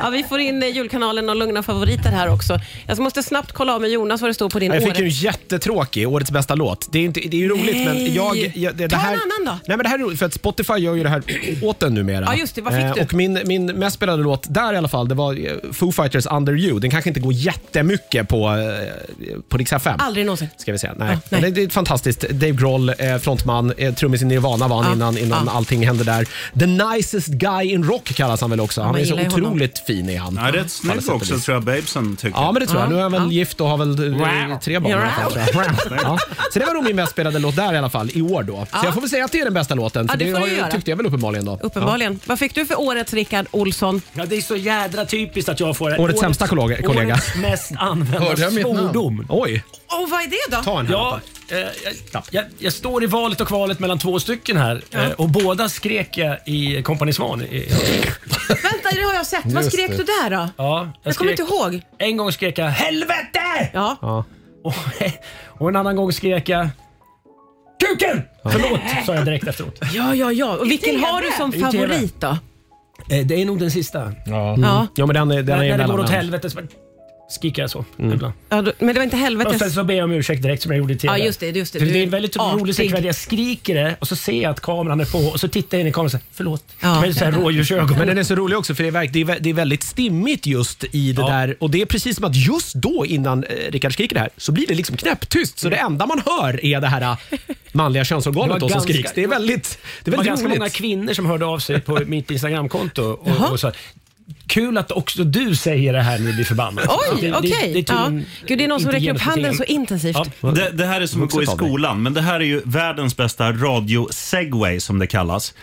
[SPEAKER 1] Ja, vi får in eh, julkanalen och Lugna favoriter här också. Jag måste snabbt kolla av med Jonas vad det står på din
[SPEAKER 3] Jag fick ju en
[SPEAKER 1] Äh, årets...
[SPEAKER 3] jättetråkig, årets bästa låt. Det är, inte, det är ju roligt men jag... jag det, det
[SPEAKER 1] Ta en
[SPEAKER 3] här,
[SPEAKER 1] annan då.
[SPEAKER 3] Nej men det här är roligt för att Spotify gör ju det här åt en numera. Eh,
[SPEAKER 1] Ja, just det. Vad fick du?
[SPEAKER 3] och min, min mest spelade låt där i alla fall, det var eh, Foo Fighters Under You. Den kanske inte går jättemycket på, eh, på Rix FM.
[SPEAKER 1] Aldrig någonsin.
[SPEAKER 3] Ska vi säga. Nej.
[SPEAKER 1] Ja, nej.
[SPEAKER 3] Men Det, det är fantastiskt. Dave Grohl, eh, frontman, eh, trummis i Nirvana var han
[SPEAKER 1] Ja,
[SPEAKER 3] innan, innan
[SPEAKER 1] ja.
[SPEAKER 3] allting hände där. The nicest guy in rock kallas han väl också. Han
[SPEAKER 1] man
[SPEAKER 3] är så
[SPEAKER 1] gillar ju honom.
[SPEAKER 3] otroligt fin i han.
[SPEAKER 4] Ja, rätt
[SPEAKER 3] På alla
[SPEAKER 4] snygg
[SPEAKER 3] sätt och
[SPEAKER 4] också
[SPEAKER 3] vis.
[SPEAKER 4] tror jag babesen tycker.
[SPEAKER 3] Ja, men det tror jag. Nu är han väl gift och har väl eh,
[SPEAKER 5] Wow.
[SPEAKER 3] tre barn. i alla fall,
[SPEAKER 1] Wow.
[SPEAKER 3] tror jag. Ja. Så det var nog min mest spelade låt där i alla fall, i år då. Så jag får väl säga att det är den bästa låten, för
[SPEAKER 1] Ja, det
[SPEAKER 3] det,
[SPEAKER 1] får
[SPEAKER 3] har
[SPEAKER 1] du göra.
[SPEAKER 3] ju, tyckte jag väl uppenbarligen då.
[SPEAKER 1] Uppenbarligen. Vad fick du för årets Rickard Olsson?
[SPEAKER 5] Ja, det är så jädra typiskt att jag får
[SPEAKER 3] Årets sämsta kollega- kollega.
[SPEAKER 5] Årets mest använda
[SPEAKER 7] Hörde jag mitt namn?
[SPEAKER 5] svordom.
[SPEAKER 3] Oj,
[SPEAKER 1] Och vad är det då?
[SPEAKER 3] ta en här.
[SPEAKER 5] Ja, eh, jag, jag, jag står i valet och kvalet mellan två stycken här eh, och båda skrek jag i Kompani Svan. i-
[SPEAKER 1] Vänta, det har jag sett. Vad
[SPEAKER 7] Just
[SPEAKER 1] skrek
[SPEAKER 7] det.
[SPEAKER 1] du där då?
[SPEAKER 5] Ja, jag
[SPEAKER 1] jag kommer
[SPEAKER 5] skrek-
[SPEAKER 1] inte ihåg.
[SPEAKER 5] En gång skrek jag “Helvete!”
[SPEAKER 1] Ja.
[SPEAKER 5] och, och en annan gång skrek jag “Kuken!” Förlåt, sa jag direkt efteråt.
[SPEAKER 1] ja, ja, ja. Och vilken har du som
[SPEAKER 5] I TV.
[SPEAKER 1] favorit då?
[SPEAKER 5] Eh, det är nog den sista.
[SPEAKER 1] Ja.
[SPEAKER 3] Ja, men den, är- den är
[SPEAKER 5] när, när det går åt
[SPEAKER 3] mellanhand.
[SPEAKER 5] helvete så skriker jag så ibland.
[SPEAKER 1] Ja, då- men det var inte
[SPEAKER 5] Och sen
[SPEAKER 1] helvetes...
[SPEAKER 5] så ber jag om ursäkt direkt som jag gjorde i TV.
[SPEAKER 1] Ja, just det. Just det.
[SPEAKER 5] För
[SPEAKER 1] Du
[SPEAKER 5] det är
[SPEAKER 1] är
[SPEAKER 5] en väldigt
[SPEAKER 1] artig.
[SPEAKER 5] rolig sekvens. Jag skriker det och så ser jag att kameran är på och så tittar jag in i kameran och säger “Förlåt”.
[SPEAKER 1] Ja.
[SPEAKER 5] Med så här rådjursögon.
[SPEAKER 3] Men den är så rolig också för det är, verk, det är, vä- det är väldigt stimmigt just i det
[SPEAKER 5] Ja.
[SPEAKER 3] där och det är precis som att just då innan eh, Rickard skriker det här så blir det liksom knäpptyst så det enda man hör är det här eh, manliga
[SPEAKER 5] Mm. Det
[SPEAKER 3] könsorganet
[SPEAKER 5] var
[SPEAKER 3] då som
[SPEAKER 5] ganska-
[SPEAKER 3] skriks. Det är väldigt, det är
[SPEAKER 5] Det var
[SPEAKER 3] väldigt
[SPEAKER 5] ganska
[SPEAKER 3] roligt.
[SPEAKER 5] många kvinnor som hörde av sig på mitt Instagramkonto och, och sa Kul att också du säger det här när du blir förbannad.
[SPEAKER 1] Oj,
[SPEAKER 5] Det- det-
[SPEAKER 1] okej.
[SPEAKER 5] det är
[SPEAKER 1] ja.
[SPEAKER 5] tydligen
[SPEAKER 1] Gud, det är någon som
[SPEAKER 5] inte
[SPEAKER 1] räcker upp handen så
[SPEAKER 5] genomsnittligt.
[SPEAKER 1] intensivt.
[SPEAKER 5] Ja.
[SPEAKER 4] Det, det här är som att gå i skolan, men det här är ju världens bästa radio-segway som det kallas.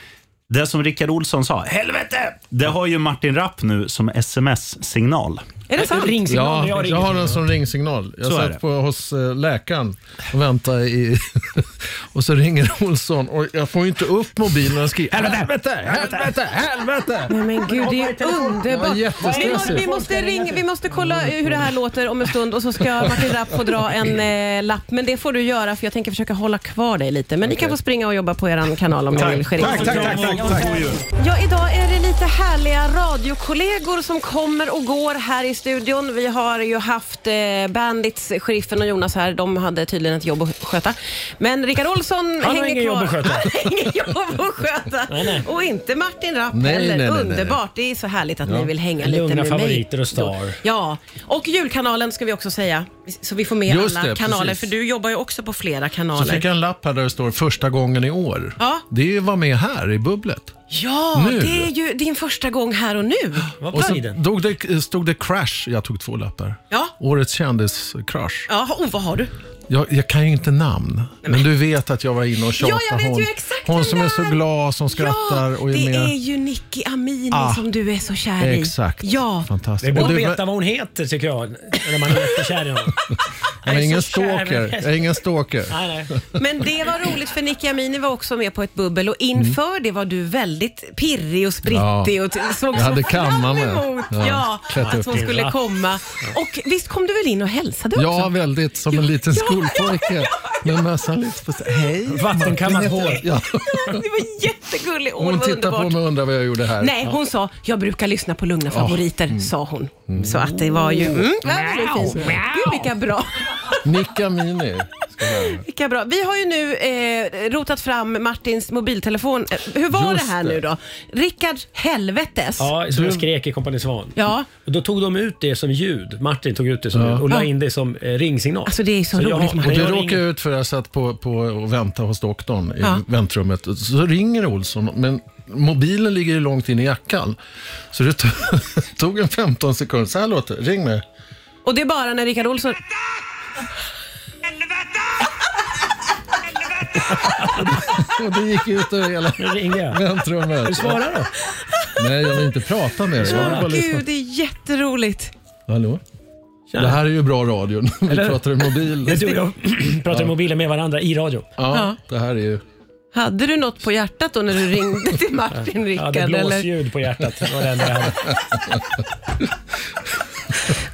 [SPEAKER 4] Det som Rickard Olsson sa, helvete! Det har ju Martin Rapp nu som sms-signal.
[SPEAKER 1] Är det sant?
[SPEAKER 5] Ringsignal,
[SPEAKER 7] Ja, jag har den som ringsignal. Jag
[SPEAKER 4] Så är det.
[SPEAKER 7] satt på, hos eh, läkaren och väntade i, och så ringer Olsson och jag får ju inte upp mobilen och skriker helvete, helvete, helvete.
[SPEAKER 1] Men gud, det är
[SPEAKER 7] Det
[SPEAKER 1] underbart.
[SPEAKER 7] var
[SPEAKER 1] Vi
[SPEAKER 7] jättestressigt.
[SPEAKER 1] måste, vi, måste ringa, vi måste kolla
[SPEAKER 3] Mm.
[SPEAKER 1] hur det här låter om en stund och så ska Martin Rapp få dra en eh, lapp. Men det får du göra för jag tänker försöka hålla kvar dig lite. Men ni kan få springa och jobba på er kanal om ni vill. Sheriff.
[SPEAKER 3] Tack, tack, tack, tack, tack.
[SPEAKER 1] Ja, idag är det lite härliga radiokollegor som kommer och går här i studion. Vi har ju haft eh, Bandits, Sheriffen och Jonas här. De hade tydligen ett jobb att sköta. Men Rickard Olsson
[SPEAKER 5] har
[SPEAKER 1] hänger
[SPEAKER 5] ingen
[SPEAKER 1] kvar.
[SPEAKER 5] jobb att sköta.
[SPEAKER 1] Han har ingen jobb att sköta. Och inte Martin Rapp
[SPEAKER 7] Nej,
[SPEAKER 1] heller.
[SPEAKER 7] nej, nej, nej.
[SPEAKER 1] Underbart. Det är så härligt att ni vill hänga
[SPEAKER 5] Lugna
[SPEAKER 1] lite med
[SPEAKER 5] favoriter
[SPEAKER 1] mig.
[SPEAKER 5] och Star.
[SPEAKER 1] Ja, och julkanalen ska vi också säga. Så vi får med
[SPEAKER 7] Just
[SPEAKER 1] alla
[SPEAKER 7] det,
[SPEAKER 1] kanaler.
[SPEAKER 7] precis.
[SPEAKER 1] För du jobbar ju också på flera
[SPEAKER 7] Så
[SPEAKER 1] kanaler.
[SPEAKER 7] fick jag en lapp här där det står första gången i år.
[SPEAKER 1] Ja.
[SPEAKER 7] Det var med här i bubblet.
[SPEAKER 1] Ja,
[SPEAKER 7] Nu.
[SPEAKER 1] det är ju din första gång här och nu.
[SPEAKER 5] Vad
[SPEAKER 7] Och
[SPEAKER 5] var
[SPEAKER 7] så
[SPEAKER 5] tiden?
[SPEAKER 7] dog det, stod det crash. Jag tog två lappar.
[SPEAKER 1] Ja.
[SPEAKER 7] Årets kändis-crush.
[SPEAKER 1] Ja, oh, vad har du?
[SPEAKER 7] Jag, jag kan ju inte namn, men du vet att jag var inne och tjatade
[SPEAKER 1] Ja, jag vet
[SPEAKER 7] hon.
[SPEAKER 1] ju exakt
[SPEAKER 7] hon
[SPEAKER 1] vem
[SPEAKER 7] som
[SPEAKER 1] det
[SPEAKER 7] är så
[SPEAKER 1] är.
[SPEAKER 7] glad, som skrattar
[SPEAKER 1] ja,
[SPEAKER 7] och är
[SPEAKER 1] det
[SPEAKER 7] med. Ah,
[SPEAKER 1] är ju Nicky Amini som du är så kär i.
[SPEAKER 7] Exakt.
[SPEAKER 1] Ja.
[SPEAKER 5] Det är
[SPEAKER 7] Fantastiskt.
[SPEAKER 5] bra
[SPEAKER 7] Och
[SPEAKER 5] att
[SPEAKER 7] du, men,
[SPEAKER 5] veta vad hon heter tycker jag, när man är jättekär i honom.
[SPEAKER 7] jag är ingen
[SPEAKER 5] så kär.
[SPEAKER 7] stalker. Jag är ingen stalker.
[SPEAKER 5] Nej, nej.
[SPEAKER 1] Men det var roligt för Nicky Amini var också med på ett bubbel och inför det var du väldigt pirrig och sprittig
[SPEAKER 7] Mm. Ja.
[SPEAKER 1] och t- såg
[SPEAKER 7] Jag hade kammat mig.
[SPEAKER 1] emot
[SPEAKER 7] Ja,
[SPEAKER 1] ja,
[SPEAKER 7] klätt
[SPEAKER 1] att
[SPEAKER 7] upp
[SPEAKER 1] hon
[SPEAKER 7] i
[SPEAKER 1] skulle
[SPEAKER 5] rapp.
[SPEAKER 1] komma. Och visst kom du väl in och hälsade också?
[SPEAKER 7] Ja, väldigt. Som en liten
[SPEAKER 1] Ja, ja,
[SPEAKER 7] skolpojke. Med mössan lite på sig. Hej!
[SPEAKER 5] Vattenkammat hår.
[SPEAKER 7] Ja.
[SPEAKER 1] Det var jättegulligt. Åh, det
[SPEAKER 7] Hon
[SPEAKER 1] var
[SPEAKER 7] tittar på
[SPEAKER 1] underbart.
[SPEAKER 7] mig och undrar vad jag gjorde här.
[SPEAKER 1] Nej, hon sa jag brukar lyssna på lugna favoriter,
[SPEAKER 7] Mm.
[SPEAKER 1] sa hon. Så att det var ju... Mm, väldigt fint. Gud, vilka bra.
[SPEAKER 7] Nicka Mini. ska jag göra.
[SPEAKER 1] Vilka bra. Vi har ju nu eh, rotat fram Martins mobiltelefon. Eh, Hur var
[SPEAKER 7] Just
[SPEAKER 1] det här
[SPEAKER 7] det.
[SPEAKER 1] nu då? Rickard helvetes.
[SPEAKER 5] Ja, som jag skrek i Kompani Svan.
[SPEAKER 1] Ja.
[SPEAKER 5] Och då tog de ut det som ljud. Martin tog ut det som ljud och la
[SPEAKER 1] Ja.
[SPEAKER 5] in det som eh, ringsignal.
[SPEAKER 1] Alltså, det är så roligt,
[SPEAKER 5] har-
[SPEAKER 1] Martin.
[SPEAKER 7] Och
[SPEAKER 5] jag
[SPEAKER 7] det
[SPEAKER 5] har
[SPEAKER 7] råkade
[SPEAKER 5] ingen-
[SPEAKER 7] jag ut för jag satt på, på och väntade hos doktorn i
[SPEAKER 1] Ja.
[SPEAKER 7] väntrummet. Så ringer Olsson, men mobilen ligger ju långt in i jackan. Så det tog, tog en 15 sekunder. Så här låter det. Ring mig.
[SPEAKER 1] Och det är bara när Rickard Olsson...
[SPEAKER 7] Och det gick ut över hela
[SPEAKER 5] Nu ringde jag.
[SPEAKER 7] väntrummet.
[SPEAKER 5] Svara då.
[SPEAKER 7] Nej, jag vill inte prata med dig. Jag vill bara lyssna.
[SPEAKER 1] Gud, det är jätteroligt.
[SPEAKER 7] Hallå? Det här är ju bra radio. när Vi
[SPEAKER 5] Eller?
[SPEAKER 7] pratar i mobil.
[SPEAKER 5] Men du och jag pratar i mobilen med varandra i radio.
[SPEAKER 7] Ja, det här är ju...
[SPEAKER 1] Hade du något på hjärtat då när du ringde till Martin
[SPEAKER 5] Ja,
[SPEAKER 1] Rickard?
[SPEAKER 5] det
[SPEAKER 1] eller?
[SPEAKER 5] blåsljud på hjärtat. Det var det enda jag hade.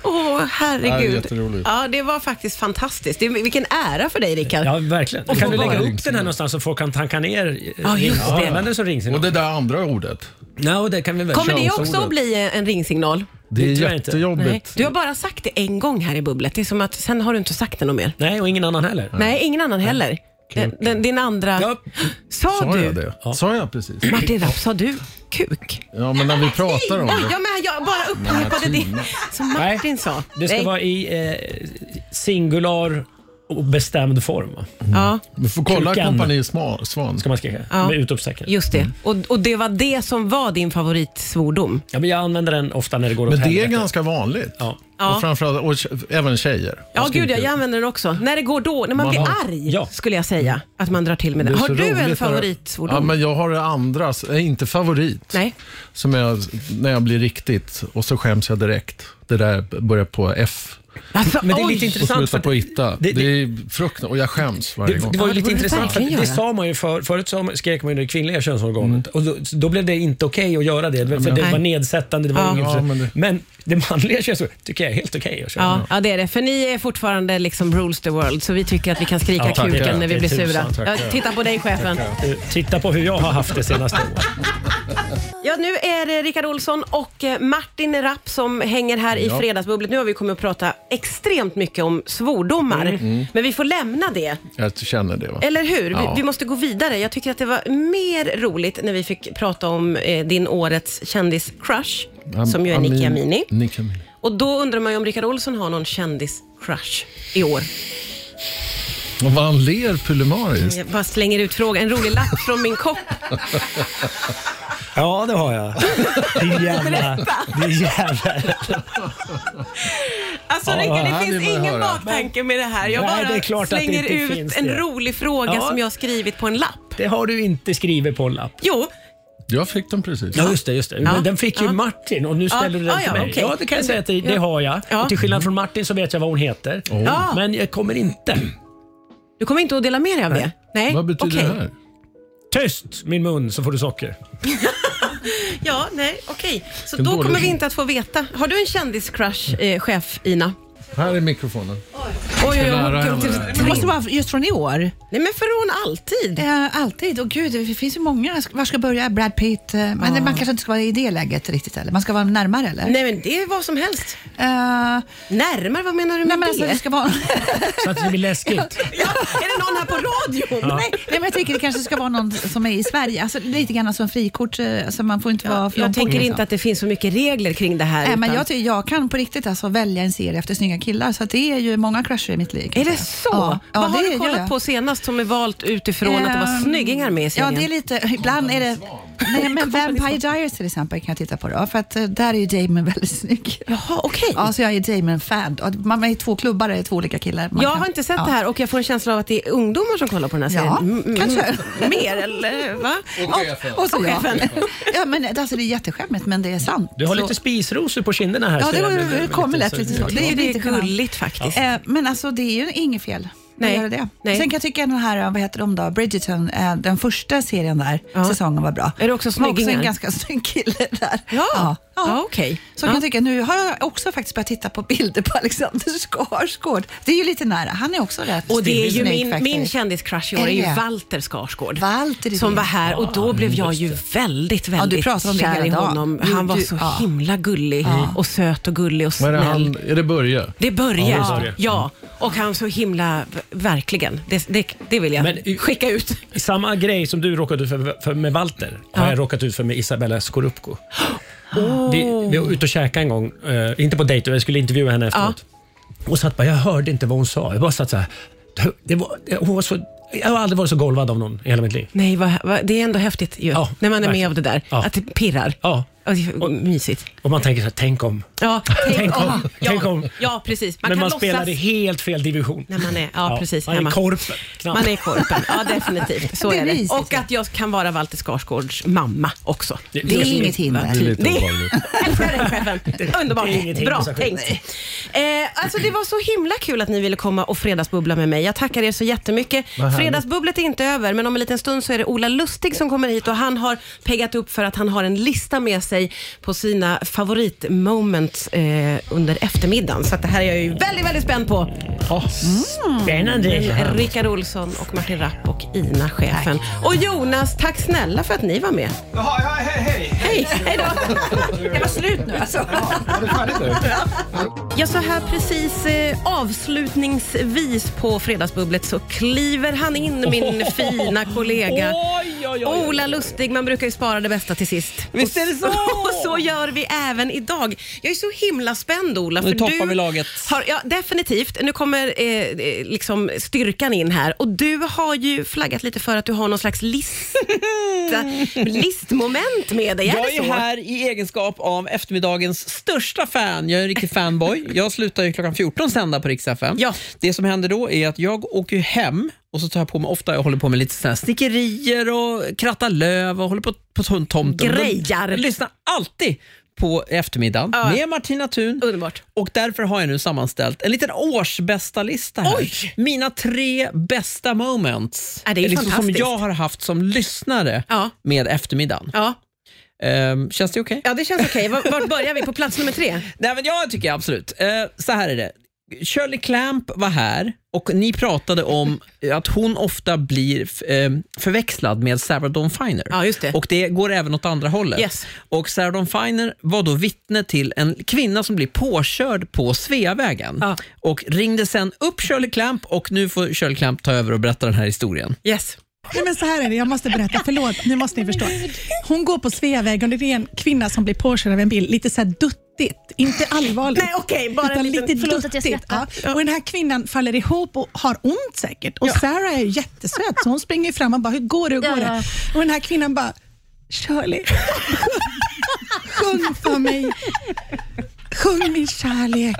[SPEAKER 1] Åh,
[SPEAKER 7] Ja, det är
[SPEAKER 1] herregud.
[SPEAKER 7] jätteroligt.
[SPEAKER 1] ja, det var faktiskt fantastiskt. Det, vilken ära för dig, Rickard.
[SPEAKER 5] Ja, verkligen. kan
[SPEAKER 1] få
[SPEAKER 5] du
[SPEAKER 1] vara
[SPEAKER 5] lägga upp den här någonstans så folk kan tanka ner? eh,
[SPEAKER 1] Ja, just
[SPEAKER 5] ring-
[SPEAKER 1] det.
[SPEAKER 5] Använd den som
[SPEAKER 7] Och
[SPEAKER 5] ringsignal.
[SPEAKER 7] det där andra ordet.
[SPEAKER 5] Ja, det kan vi väl.
[SPEAKER 1] Kommer det
[SPEAKER 7] Könsordet.
[SPEAKER 1] också att bli en ringsignal?
[SPEAKER 7] Det
[SPEAKER 5] Det
[SPEAKER 7] är
[SPEAKER 5] tror jag inte.
[SPEAKER 1] Nej.
[SPEAKER 7] jättejobbigt.
[SPEAKER 1] Du har bara sagt det en gång här i bubblet. Det är som att sen har du inte sagt det något mer.
[SPEAKER 5] Nej, och ingen annan heller.
[SPEAKER 1] Nej, ingen annan heller. Den, den, din andra...
[SPEAKER 5] Ja.
[SPEAKER 1] Sa,
[SPEAKER 7] Sa
[SPEAKER 1] du?
[SPEAKER 7] jag det? Sa jag precis?
[SPEAKER 1] Martin Rapp, sa du kuk?
[SPEAKER 7] Ja, men när vi pratar om
[SPEAKER 1] Oj,
[SPEAKER 7] det.
[SPEAKER 1] ja, men jag bara upprepade det som Martin sa.
[SPEAKER 5] Det ska
[SPEAKER 1] Nej.
[SPEAKER 5] vara i eh, singular och bestämd form. va?
[SPEAKER 1] Ja,
[SPEAKER 7] Vi får kolla
[SPEAKER 5] Kukan.
[SPEAKER 7] Kompani Sma- Svan.
[SPEAKER 5] Ska man skrika.
[SPEAKER 1] Ja.
[SPEAKER 5] Med utropstecken.
[SPEAKER 1] just det. Och, och det var det som var din favoritsvordom.
[SPEAKER 5] Ja, men jag använder den ofta när det går åt
[SPEAKER 7] Men det är
[SPEAKER 5] helvete.
[SPEAKER 7] ganska vanligt.
[SPEAKER 5] Ja.
[SPEAKER 1] Ja.
[SPEAKER 7] Och framförallt, och tje- även tjejer.
[SPEAKER 1] Ja,
[SPEAKER 7] Jag ska
[SPEAKER 1] gud ja,
[SPEAKER 7] inte-
[SPEAKER 1] jag använder den också. När det går då, när man,
[SPEAKER 5] Man-
[SPEAKER 1] blir
[SPEAKER 5] Ja.
[SPEAKER 1] arg,
[SPEAKER 5] Ja.
[SPEAKER 1] skulle jag säga att man drar till med
[SPEAKER 7] Det
[SPEAKER 1] den.
[SPEAKER 7] är
[SPEAKER 1] Har
[SPEAKER 7] så
[SPEAKER 1] du
[SPEAKER 7] roligt
[SPEAKER 1] en
[SPEAKER 7] när-
[SPEAKER 1] favoritsvordom?
[SPEAKER 7] Ja, men jag har andra, eh, inte favorit.
[SPEAKER 1] Nej.
[SPEAKER 7] Som jag, när jag blir riktigt och så skäms jag direkt. Det där börjar på F
[SPEAKER 1] Alltså,
[SPEAKER 5] Men det är
[SPEAKER 1] oj.
[SPEAKER 5] lite
[SPEAKER 7] och
[SPEAKER 5] intressant. För
[SPEAKER 7] slutar
[SPEAKER 5] att
[SPEAKER 7] på itta. Det,
[SPEAKER 5] det-
[SPEAKER 7] är frukt och jag skäms varje
[SPEAKER 5] det,
[SPEAKER 7] gång.
[SPEAKER 5] det var ju
[SPEAKER 1] Ja, det
[SPEAKER 5] lite
[SPEAKER 1] borde
[SPEAKER 5] intressant. För
[SPEAKER 1] verkligen
[SPEAKER 5] att det
[SPEAKER 1] göra.
[SPEAKER 5] sa man ju för, förut sa man, skrek man ju det kvinnliga könsorganet. Och då, då blev det inte okej att göra det. För det
[SPEAKER 1] Nej.
[SPEAKER 5] var nedsättande. Det var
[SPEAKER 1] Ja.
[SPEAKER 5] ingen,
[SPEAKER 7] Ja, men
[SPEAKER 5] men,
[SPEAKER 7] det-
[SPEAKER 5] det... manliga könsorganet tycker jag är helt okej att köra.
[SPEAKER 1] Ja, ja, det är det. För ni är fortfarande liksom rules the world, så vi tycker att vi kan skrika
[SPEAKER 5] Ja, tackar.
[SPEAKER 1] kuken när vi blir
[SPEAKER 5] Tusen
[SPEAKER 1] sura.
[SPEAKER 5] tackar.
[SPEAKER 1] Ja, titta på dig, chefen.
[SPEAKER 5] Eh, Titta på hur jag har haft det senaste året.
[SPEAKER 1] Ja, nu är det Rickard Olsson och eh, Martin Rapp som hänger här i
[SPEAKER 7] Ja.
[SPEAKER 1] Fredagsbubblet. Nu har vi kommit att prata extremt mycket om svordomar,
[SPEAKER 7] Mm.
[SPEAKER 1] men vi får lämna det.
[SPEAKER 7] Jag känner det. Va?
[SPEAKER 1] Eller hur? Vi,
[SPEAKER 7] Ja.
[SPEAKER 1] vi måste gå vidare. Jag tycker att det var mer roligt när vi fick prata om eh, din årets kändis-crush,
[SPEAKER 7] Am-
[SPEAKER 1] som ju är Nicky
[SPEAKER 7] Amin-
[SPEAKER 1] Amini.
[SPEAKER 7] Nicky Amini.
[SPEAKER 1] Och då undrar man ju om Rickard Olsson har någon kändis-crush i år.
[SPEAKER 7] Och vad han ler pulemariskt.
[SPEAKER 1] Jag bara slänger ut frågan. En rolig lapp från min kopp.
[SPEAKER 5] Ja, det har jag. Din jävla... Din jävla.
[SPEAKER 1] Alltså
[SPEAKER 5] Ja,
[SPEAKER 1] Rickard,
[SPEAKER 7] här
[SPEAKER 1] det
[SPEAKER 7] vill
[SPEAKER 1] finns
[SPEAKER 7] man
[SPEAKER 1] ingen
[SPEAKER 7] höra.
[SPEAKER 1] baktanke med det här. Jag
[SPEAKER 5] Nej,
[SPEAKER 1] bara
[SPEAKER 5] det är klart att det
[SPEAKER 1] slänger
[SPEAKER 5] inte
[SPEAKER 1] ut
[SPEAKER 5] finns
[SPEAKER 1] en
[SPEAKER 5] det.
[SPEAKER 1] rolig fråga
[SPEAKER 5] Ja.
[SPEAKER 1] som jag har skrivit på en lapp.
[SPEAKER 5] Det har du inte skrivit på en lapp.
[SPEAKER 1] Jo,
[SPEAKER 7] Jag fick den precis.
[SPEAKER 5] Ja, just det. Just det. Men den fick ju
[SPEAKER 1] Ja.
[SPEAKER 5] Martin och nu ställer du den
[SPEAKER 1] Ja,
[SPEAKER 5] till
[SPEAKER 1] ja,
[SPEAKER 5] mig.
[SPEAKER 1] okej.
[SPEAKER 5] Ja, det kan jag säga att det, det har jag.
[SPEAKER 1] Ja.
[SPEAKER 5] Och till skillnad från Martin så vet jag vad hon heter.
[SPEAKER 1] Ja.
[SPEAKER 5] Men jag kommer inte.
[SPEAKER 1] du kommer inte att dela med dig av det? Nej.
[SPEAKER 7] Vad betyder
[SPEAKER 1] okej.
[SPEAKER 7] det här?
[SPEAKER 5] Tyst min mun så får du socker.
[SPEAKER 1] Ja, nej, okej. Så
[SPEAKER 7] Vilken
[SPEAKER 1] då
[SPEAKER 7] dålig
[SPEAKER 1] kommer vi
[SPEAKER 7] idé.
[SPEAKER 1] inte att få veta. Har du en kändiscrush, eh, chef Ina?
[SPEAKER 7] Här är mikrofonen.
[SPEAKER 1] Oj, oj, oj.
[SPEAKER 7] lära henne
[SPEAKER 1] hon tog
[SPEAKER 7] det
[SPEAKER 1] till
[SPEAKER 7] här.
[SPEAKER 6] Det
[SPEAKER 1] tre.
[SPEAKER 6] måste vara just från i år.
[SPEAKER 1] Nej, men för hon alltid.
[SPEAKER 6] Eh, alltid. Och gud, det finns ju många. Var ska jag börja? Brad Pitt. eh, Men man kanske inte ska vara i det läget riktigt eller? Man ska vara närmare eller?
[SPEAKER 1] Nej, men det är vad som helst.
[SPEAKER 6] Eh,
[SPEAKER 1] Närmare, vad menar du
[SPEAKER 6] nej
[SPEAKER 1] med
[SPEAKER 6] men alltså det
[SPEAKER 1] det?
[SPEAKER 6] ska vara...
[SPEAKER 5] Så att det blir läskigt.
[SPEAKER 1] Ja, är det någon här på radion?
[SPEAKER 6] Nej, nej, men jag tänker det kanske ska vara någon som är i Sverige. Alltså, lite grann som frikort, eh, så man får inte vara för
[SPEAKER 1] Jag
[SPEAKER 6] långt bort,
[SPEAKER 1] tänker
[SPEAKER 6] liksom.
[SPEAKER 1] inte att det finns så mycket regler kring det här.
[SPEAKER 6] Nej, men
[SPEAKER 1] utan-
[SPEAKER 6] jag, tycker- jag kan på riktigt alltså välja en serie efter snygga killar, så att det är ju många crusher jag i mitt liv.
[SPEAKER 1] Är det så?
[SPEAKER 6] Ja. Ja,
[SPEAKER 1] Vad har
[SPEAKER 6] det
[SPEAKER 1] du
[SPEAKER 6] gör
[SPEAKER 1] kollat
[SPEAKER 6] jag.
[SPEAKER 1] på senast som är valt utifrån att det var
[SPEAKER 6] Ehm,
[SPEAKER 1] snyggingar med i serien? liksom.
[SPEAKER 6] Ja, det är lite... Ibland är det... Nej, men Vampire Diaries till exempel kan jag titta på. Då, för att eh, där är ju Damon väldigt snygg.
[SPEAKER 1] Jaha, okej.
[SPEAKER 6] Ja, så jag är Damon-fan. Och Man är ju två klubbar, det är två olika killar. Man
[SPEAKER 1] Jag
[SPEAKER 6] kan-
[SPEAKER 1] har inte sett
[SPEAKER 6] ja.
[SPEAKER 1] det här och jag får en känsla av att det är ungdomar som kollar på den här
[SPEAKER 6] Ja,
[SPEAKER 1] serien. Mm,
[SPEAKER 6] kanske.
[SPEAKER 1] mm, Mer, eller va?
[SPEAKER 7] Och chefen.
[SPEAKER 6] Och så jag.
[SPEAKER 1] chefen.
[SPEAKER 6] ja, men alltså, det är jätteskämmigt, men det är sant.
[SPEAKER 5] Du har
[SPEAKER 6] Så-
[SPEAKER 5] lite spisrosor på kinderna här.
[SPEAKER 6] Ja, det,
[SPEAKER 5] ser jag
[SPEAKER 6] var,
[SPEAKER 5] nu.
[SPEAKER 6] det kommer lätt lite så.
[SPEAKER 1] Det är ju det
[SPEAKER 6] lite genant.
[SPEAKER 1] gulligt faktiskt.
[SPEAKER 6] Eh, men alltså det är ju inget fel.
[SPEAKER 1] Nej.
[SPEAKER 6] Nej. Göra det.
[SPEAKER 1] Nej.
[SPEAKER 6] Sen kan jag tycka den här, eh, vad heter de då, Bridgerton, eh, den första serien där,
[SPEAKER 1] Ja.
[SPEAKER 6] säsongen var bra.
[SPEAKER 1] Är det också
[SPEAKER 6] var också
[SPEAKER 1] snyggingar?
[SPEAKER 6] en ganska snygg kille där.
[SPEAKER 1] Ja, ja, okej.
[SPEAKER 6] Så kan jag tycka, nu har jag också faktiskt börjat titta på bilder på Alexander Skarsgård. Det är ju lite nära, han är också rätt
[SPEAKER 1] Och det är ju
[SPEAKER 6] snygg
[SPEAKER 1] min,
[SPEAKER 6] faktiskt.
[SPEAKER 1] min kändiscrush i
[SPEAKER 6] Är
[SPEAKER 1] år är
[SPEAKER 6] det
[SPEAKER 1] ju
[SPEAKER 6] det?
[SPEAKER 1] Walter Skarsgård.
[SPEAKER 6] Walter är
[SPEAKER 1] som
[SPEAKER 6] det.
[SPEAKER 1] var här och då blev jag ju väldigt, väldigt
[SPEAKER 6] pratar om det
[SPEAKER 1] kär
[SPEAKER 6] hela
[SPEAKER 1] i
[SPEAKER 6] dagen.
[SPEAKER 1] honom.
[SPEAKER 6] Du-
[SPEAKER 1] Han var
[SPEAKER 6] du-
[SPEAKER 1] så
[SPEAKER 6] ja.
[SPEAKER 1] himla gullig och söt och gullig och
[SPEAKER 7] Vad är det
[SPEAKER 1] snäll.
[SPEAKER 7] han? Är det Börje?
[SPEAKER 1] Det börjar.
[SPEAKER 5] Ja, det är
[SPEAKER 1] Ja,
[SPEAKER 5] Börje.
[SPEAKER 1] och han så himla, verkligen. Det, det, det vill jag
[SPEAKER 5] Men-
[SPEAKER 1] skicka ut.
[SPEAKER 5] Samma grej som du råkade ut för, för med Walter har jag råkat ut för med Isabella Scorupco. Vi, vi var ute och käkade en gång, eh, inte på dejt, jag skulle intervjua henne efteråt. Och satt bara, jag hörde inte vad hon sa. Jag bara satt så här. Det var, hon var så, jag har aldrig varit så golvad av någon i hela mitt liv.
[SPEAKER 1] Nej, vad, vad, det är ändå häftigt ju.
[SPEAKER 5] Ja,
[SPEAKER 1] när man är med
[SPEAKER 5] verkligen.
[SPEAKER 1] av det där.
[SPEAKER 5] Ja.
[SPEAKER 1] Att det pirrar.
[SPEAKER 5] Ja.
[SPEAKER 1] Och det är mysigt.
[SPEAKER 5] Och man tänker så här, tänk om.
[SPEAKER 1] Ja,
[SPEAKER 5] Tänk om.
[SPEAKER 1] Ja,
[SPEAKER 5] Tänk om.
[SPEAKER 1] ja precis. Man
[SPEAKER 5] Men
[SPEAKER 1] kan
[SPEAKER 5] man
[SPEAKER 1] låtsas.
[SPEAKER 5] spelar i helt fel division.
[SPEAKER 1] När man är, ja, precis.
[SPEAKER 5] Man är
[SPEAKER 1] hemma.
[SPEAKER 5] i korpen. Knappt.
[SPEAKER 1] Man är i korpen, ja definitivt. Så
[SPEAKER 6] Det är
[SPEAKER 1] är det.
[SPEAKER 6] mysigt.
[SPEAKER 1] Och att jag kan vara Walter Skarsgårds mamma också.
[SPEAKER 5] Det-
[SPEAKER 6] Det är inget hinder.
[SPEAKER 7] Det är lite
[SPEAKER 1] Det-
[SPEAKER 7] ovanligt.
[SPEAKER 1] Älskar den chefen. Underbart.
[SPEAKER 5] Det är ingenting
[SPEAKER 1] Bra
[SPEAKER 5] med sig själv.
[SPEAKER 1] tänkt. Eh, alltså det var så himla kul att ni ville komma och fredagsbubbla med mig. Jag tackar er så jättemycket. Fredagsbubblet är inte över, men om en liten stund så är det Ola Lustig som kommer hit och han har peggat upp för att han har en lista med sig på sina favoritmoments eh, under eftermiddagen. Så att det här är jag ju väldigt, väldigt spänd på.
[SPEAKER 5] Spännande.
[SPEAKER 1] Rickard Olsson och Martin Rapp och Ina, chefen. Och Jonas, tack snälla för att ni var med.
[SPEAKER 3] Jaha, ja, hej, hej.
[SPEAKER 1] Hej, hej då.
[SPEAKER 6] Det var slut nu alltså.
[SPEAKER 3] Var det färdigt nu?
[SPEAKER 1] Ja, så här precis eh, avslutningsvis på Fredagsbubblet så kliver han in, min fina kollega.
[SPEAKER 5] Oj, oj, oj.
[SPEAKER 1] Ola Lustig, man brukar ju spara det bästa till sist. Visst är det så? Och så gör vi även idag. Jag är så himla spänd Ola. För nu
[SPEAKER 8] toppar vi laget.
[SPEAKER 1] Har, ja, definitivt. Nu kommer eh, eh, liksom styrkan in här. Och du har ju flaggat lite för att du har någon slags list, listmoment med dig. är
[SPEAKER 8] Jag
[SPEAKER 1] det så?
[SPEAKER 8] är här i egenskap av eftermiddagens största fan. Jag är en riktig fanboy. Jag slutar ju klockan 14 sända på Rix FM.
[SPEAKER 1] Ja.
[SPEAKER 8] Det som händer då är att jag åker ju hem och så tar jag på mig, ofta jag håller på med lite såna här snickerier och krattar löv och håller på på tom- tomten.
[SPEAKER 1] Grejar.
[SPEAKER 8] Jag lyssnar alltid på eftermiddagen med Martina Thun.
[SPEAKER 1] Underbart.
[SPEAKER 8] Och därför har jag nu sammanställt en liten årsbästa lista här.
[SPEAKER 1] Oj!
[SPEAKER 8] Mina tre bästa moments. liksom
[SPEAKER 1] Ja, det är ju
[SPEAKER 8] som
[SPEAKER 1] fantastiskt.
[SPEAKER 8] jag har haft som lyssnare
[SPEAKER 1] Ja.
[SPEAKER 8] med eftermiddagen.
[SPEAKER 1] Ja.
[SPEAKER 8] Ehm, känns det okej?
[SPEAKER 1] ja, det känns okej. Var Vart börjar vi? På plats nummer tre?
[SPEAKER 8] Nej, men jag tycker jag absolut. Eh, så här är det. Shirley Clamp var här och ni pratade om att hon ofta blir f- eh, förväxlad med Sarah Dawn Finer.
[SPEAKER 1] Ja, just det.
[SPEAKER 8] Och det går även åt andra hållet.
[SPEAKER 1] Yes.
[SPEAKER 8] Och Sarah Dawn Finer var då vittne till en kvinna som blev påkörd på Sveavägen
[SPEAKER 1] Ja.
[SPEAKER 8] och ringde sen upp Shirley Clamp och nu får Shirley Clamp ta över och berätta den här historien.
[SPEAKER 1] Yes.
[SPEAKER 9] Nej, men så här är det, jag måste berätta. Förlåt, nu måste ni förstå. Hon går på Sveavägen och det är en kvinna som blir påkörd av en bil, lite så här duttigt. Inte allvarligt.
[SPEAKER 1] Nej, okej, bara en
[SPEAKER 9] utan
[SPEAKER 1] liten-
[SPEAKER 9] lite
[SPEAKER 10] Förlåt att jag
[SPEAKER 9] duttigt. Ja. Och den här kvinnan faller ihop och har ont säkert. Och Sarah är ju jättesöt, så hon springer ju fram och bara, hur går det? Hur går
[SPEAKER 10] Ja, ja.
[SPEAKER 9] det? Och den här kvinnan bara, Shirley, sjung för mig. Sjung min kärlek.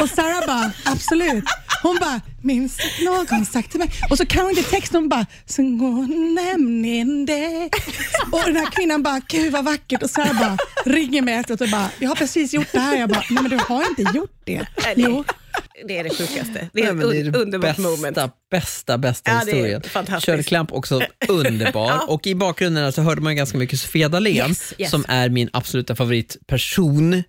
[SPEAKER 9] Och Sarah bara, absolut. Hon bara, minns någon sagt till mig? Och så kan hon inte texten, hon bara, så går nämligen dig. Och den här kvinnan bara, gud vad vackert. Och Sarah bara, ringer mig efteråt och bara, jag har precis gjort det här. Jag bara, nej men du har inte gjort det. Jo.
[SPEAKER 1] Det är det sjukaste. Det är
[SPEAKER 8] Nej, men
[SPEAKER 1] ett
[SPEAKER 8] det är
[SPEAKER 1] un-
[SPEAKER 8] det
[SPEAKER 1] underbart
[SPEAKER 8] bästa,
[SPEAKER 1] moment.
[SPEAKER 8] bästa, bästa
[SPEAKER 1] Ja, det är
[SPEAKER 8] historien.
[SPEAKER 1] fantastiskt.
[SPEAKER 8] Shirley Clamp också underbar.
[SPEAKER 1] Ja.
[SPEAKER 8] Och i bakgrunden här så hörde man ju ganska mycket Sofia Dalén
[SPEAKER 1] Yes, yes.
[SPEAKER 8] som är min absoluta favoritperson.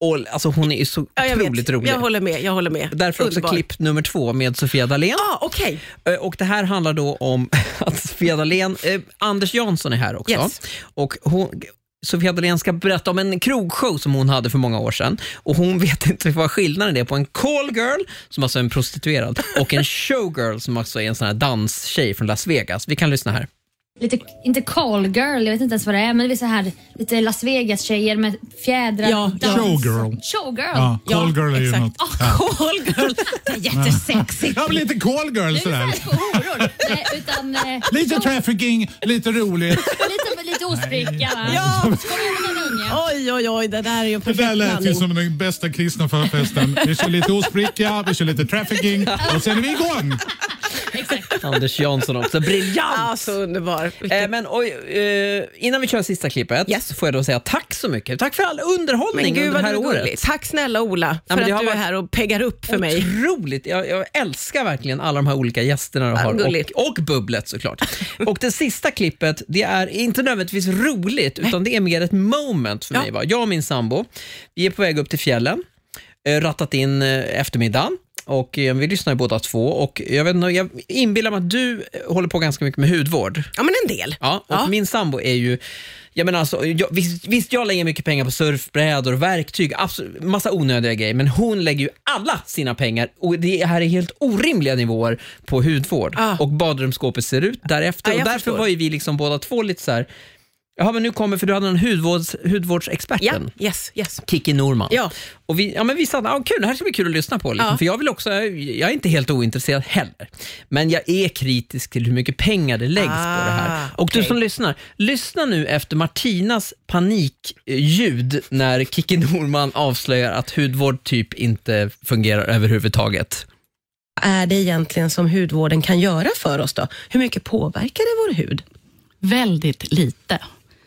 [SPEAKER 8] Och, alltså hon är ju så
[SPEAKER 1] Ja, jag
[SPEAKER 8] otroligt
[SPEAKER 1] vet.
[SPEAKER 8] rolig.
[SPEAKER 1] Jag håller med. Jag håller med.
[SPEAKER 8] Därför också
[SPEAKER 1] Underbar.
[SPEAKER 8] klipp nummer två med Sofia Dalén.
[SPEAKER 1] Ja, ah, okej.
[SPEAKER 8] Eh, Och det här handlar då om att Sofia Dalén, eh, Anders Jansson är här också.
[SPEAKER 1] Yes.
[SPEAKER 8] Och hon, Sofia Dalén ska berätta om en krogshow som hon hade för många år sedan. Och hon vet inte vad skillnaden är på en call girl, som alltså är en prostituerad, och en showgirl, som alltså är en sån här danstjej från Las Vegas. Vi kan lyssna här.
[SPEAKER 10] lite, inte call girl, jag vet inte ens vad det är, men det är så här lite Las Vegas-tjejer med fjädrar.
[SPEAKER 1] Ja,
[SPEAKER 10] dans.
[SPEAKER 11] Showgirl.
[SPEAKER 10] Showgirl.
[SPEAKER 11] Ja, call girl är ju
[SPEAKER 1] exakt.
[SPEAKER 11] något.
[SPEAKER 10] Åh, call girl. Det är jättesexigt.
[SPEAKER 11] Ja, men lite call girl
[SPEAKER 10] Det är
[SPEAKER 11] sådär.
[SPEAKER 10] inte så här horor. Nej, utan, eh,
[SPEAKER 11] Lite
[SPEAKER 10] show-
[SPEAKER 11] trafficking, lite roligt.
[SPEAKER 10] lite, lite ostbricka va?
[SPEAKER 1] Ja.
[SPEAKER 10] Kom igen med den unge.
[SPEAKER 1] Oj, oj, oj, det där är ju en
[SPEAKER 11] Det där
[SPEAKER 1] perfekt
[SPEAKER 11] lät ju
[SPEAKER 1] blandning.
[SPEAKER 11] som den bästa kristna förfesten. Vi kör lite ostbricka, vi kör lite trafficking och sen är vi igång.
[SPEAKER 8] Anders Jansson också. Briljant!
[SPEAKER 1] Ja, Ah, så underbar.
[SPEAKER 8] Eh, men oj, eh, innan vi kör sista klippet
[SPEAKER 1] Yes.
[SPEAKER 8] så får jag då säga tack så mycket. Tack för all underhållning
[SPEAKER 1] Men gud
[SPEAKER 8] under
[SPEAKER 1] vad
[SPEAKER 8] det här
[SPEAKER 1] du är
[SPEAKER 8] året.
[SPEAKER 1] gullig. Tack snälla Ola för
[SPEAKER 8] men det
[SPEAKER 1] att
[SPEAKER 8] har
[SPEAKER 1] du är
[SPEAKER 8] varit-
[SPEAKER 1] här och peggar upp för mig.
[SPEAKER 8] Otroligt! Jag, jag älskar verkligen alla de här olika gästerna du
[SPEAKER 1] Ja,
[SPEAKER 8] har
[SPEAKER 1] gulligt.
[SPEAKER 8] och, och bubblet såklart. och det sista klippet, det är inte nödvändigtvis roligt utan det är mer ett moment för
[SPEAKER 1] Ja.
[SPEAKER 8] mig. Va? Jag och min sambo, vi är på väg upp till fjällen, eh, rattat in eh, eftermiddagen och eh, vi lyssnar ju båda två och jag, vet inte, jag inbillar mig att du eh, håller på ganska mycket med hudvård.
[SPEAKER 1] Ja, men en del.
[SPEAKER 8] Ja, och
[SPEAKER 1] Ja.
[SPEAKER 8] min sambo är ju... Jag menar alltså, jag, visst, visst, jag lägger mycket pengar på surfbrädor, och verktyg, absolut, massa onödiga grejer, men hon lägger ju alla sina pengar och det här är helt orimliga nivåer på hudvård.
[SPEAKER 1] Ah.
[SPEAKER 8] Och badrumsskåpet ser ut därefter.
[SPEAKER 1] Ja, jag
[SPEAKER 8] och därför
[SPEAKER 1] förstår.
[SPEAKER 8] var ju vi liksom båda två lite så här, ja men nu kommer, för du hade den hudvårds,
[SPEAKER 1] Ja,
[SPEAKER 8] hudvårdsexperten.
[SPEAKER 1] yes, yes.
[SPEAKER 8] Kiki Norman.
[SPEAKER 1] Ja.
[SPEAKER 8] Och vi, ja, men vi stannade, ja, kul, det här ska bli kul att lyssna på. Liksom.
[SPEAKER 1] Ja.
[SPEAKER 8] För jag, vill också, jag, jag är inte helt ointresserad heller, men jag är kritisk till hur mycket pengar det läggs på det här.
[SPEAKER 1] Ah,
[SPEAKER 8] Och du
[SPEAKER 1] okej.
[SPEAKER 8] som lyssnar, lyssna nu efter Martinas panikljud när Kiki Norman avslöjar att hudvård typ inte fungerar överhuvudtaget.
[SPEAKER 1] är det egentligen som hudvården kan göra för oss då? Hur mycket påverkar det vår hud?
[SPEAKER 12] Väldigt lite.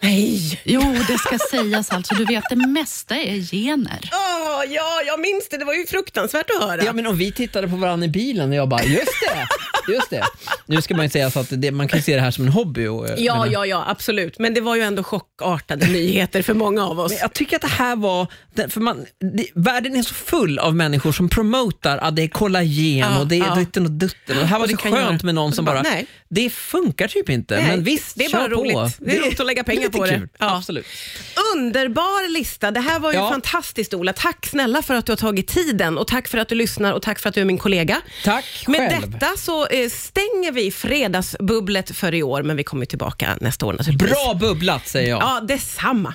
[SPEAKER 1] Nej!
[SPEAKER 12] Jo, det ska sägas alltså. Du vet, det mesta är gener.
[SPEAKER 1] Åh, ja, jag minns det. Det var ju fruktansvärt att höra.
[SPEAKER 8] Ja, men om vi tittade på varandra i bilen och jag bara, just det! Just det. Nu ska man ju säga så att det, man kan ju se det här som en hobby. Och, eh,
[SPEAKER 1] ja,
[SPEAKER 8] men-
[SPEAKER 1] ja, ja, absolut. Men det var ju ändå chockartade nyheter för många av oss.
[SPEAKER 8] Men jag tycker att det här var... det- För man, det, världen är så full av människor som promotar att det är kollagen
[SPEAKER 1] Ja,
[SPEAKER 8] och det är
[SPEAKER 1] ja.
[SPEAKER 8] dutten och dutten. Och det här var
[SPEAKER 1] Och
[SPEAKER 8] det
[SPEAKER 1] så kan jag-
[SPEAKER 8] skönt med någon
[SPEAKER 1] och så
[SPEAKER 8] som
[SPEAKER 1] bara,
[SPEAKER 8] bara,
[SPEAKER 1] nej.
[SPEAKER 8] det funkar typ inte,
[SPEAKER 1] Nej,
[SPEAKER 8] men visst,
[SPEAKER 1] det är bara
[SPEAKER 8] kör på.
[SPEAKER 1] roligt. Det är roligt att lägga pengar
[SPEAKER 8] lite
[SPEAKER 1] på det.
[SPEAKER 8] Kul.
[SPEAKER 1] Ja.
[SPEAKER 8] Absolut.
[SPEAKER 1] Underbar lista. Det här var ju
[SPEAKER 8] Ja.
[SPEAKER 1] fantastiskt, Ola. Tack snälla för att du har tagit tiden och tack för att du lyssnar och tack för att du är min kollega.
[SPEAKER 8] Tack
[SPEAKER 1] Med
[SPEAKER 8] själv.
[SPEAKER 1] detta så eh, stänger vi fredagsbubblet för i år, men vi kommer tillbaka nästa år naturligtvis.
[SPEAKER 8] Bra bubblat säger jag.
[SPEAKER 1] Ja, detsamma.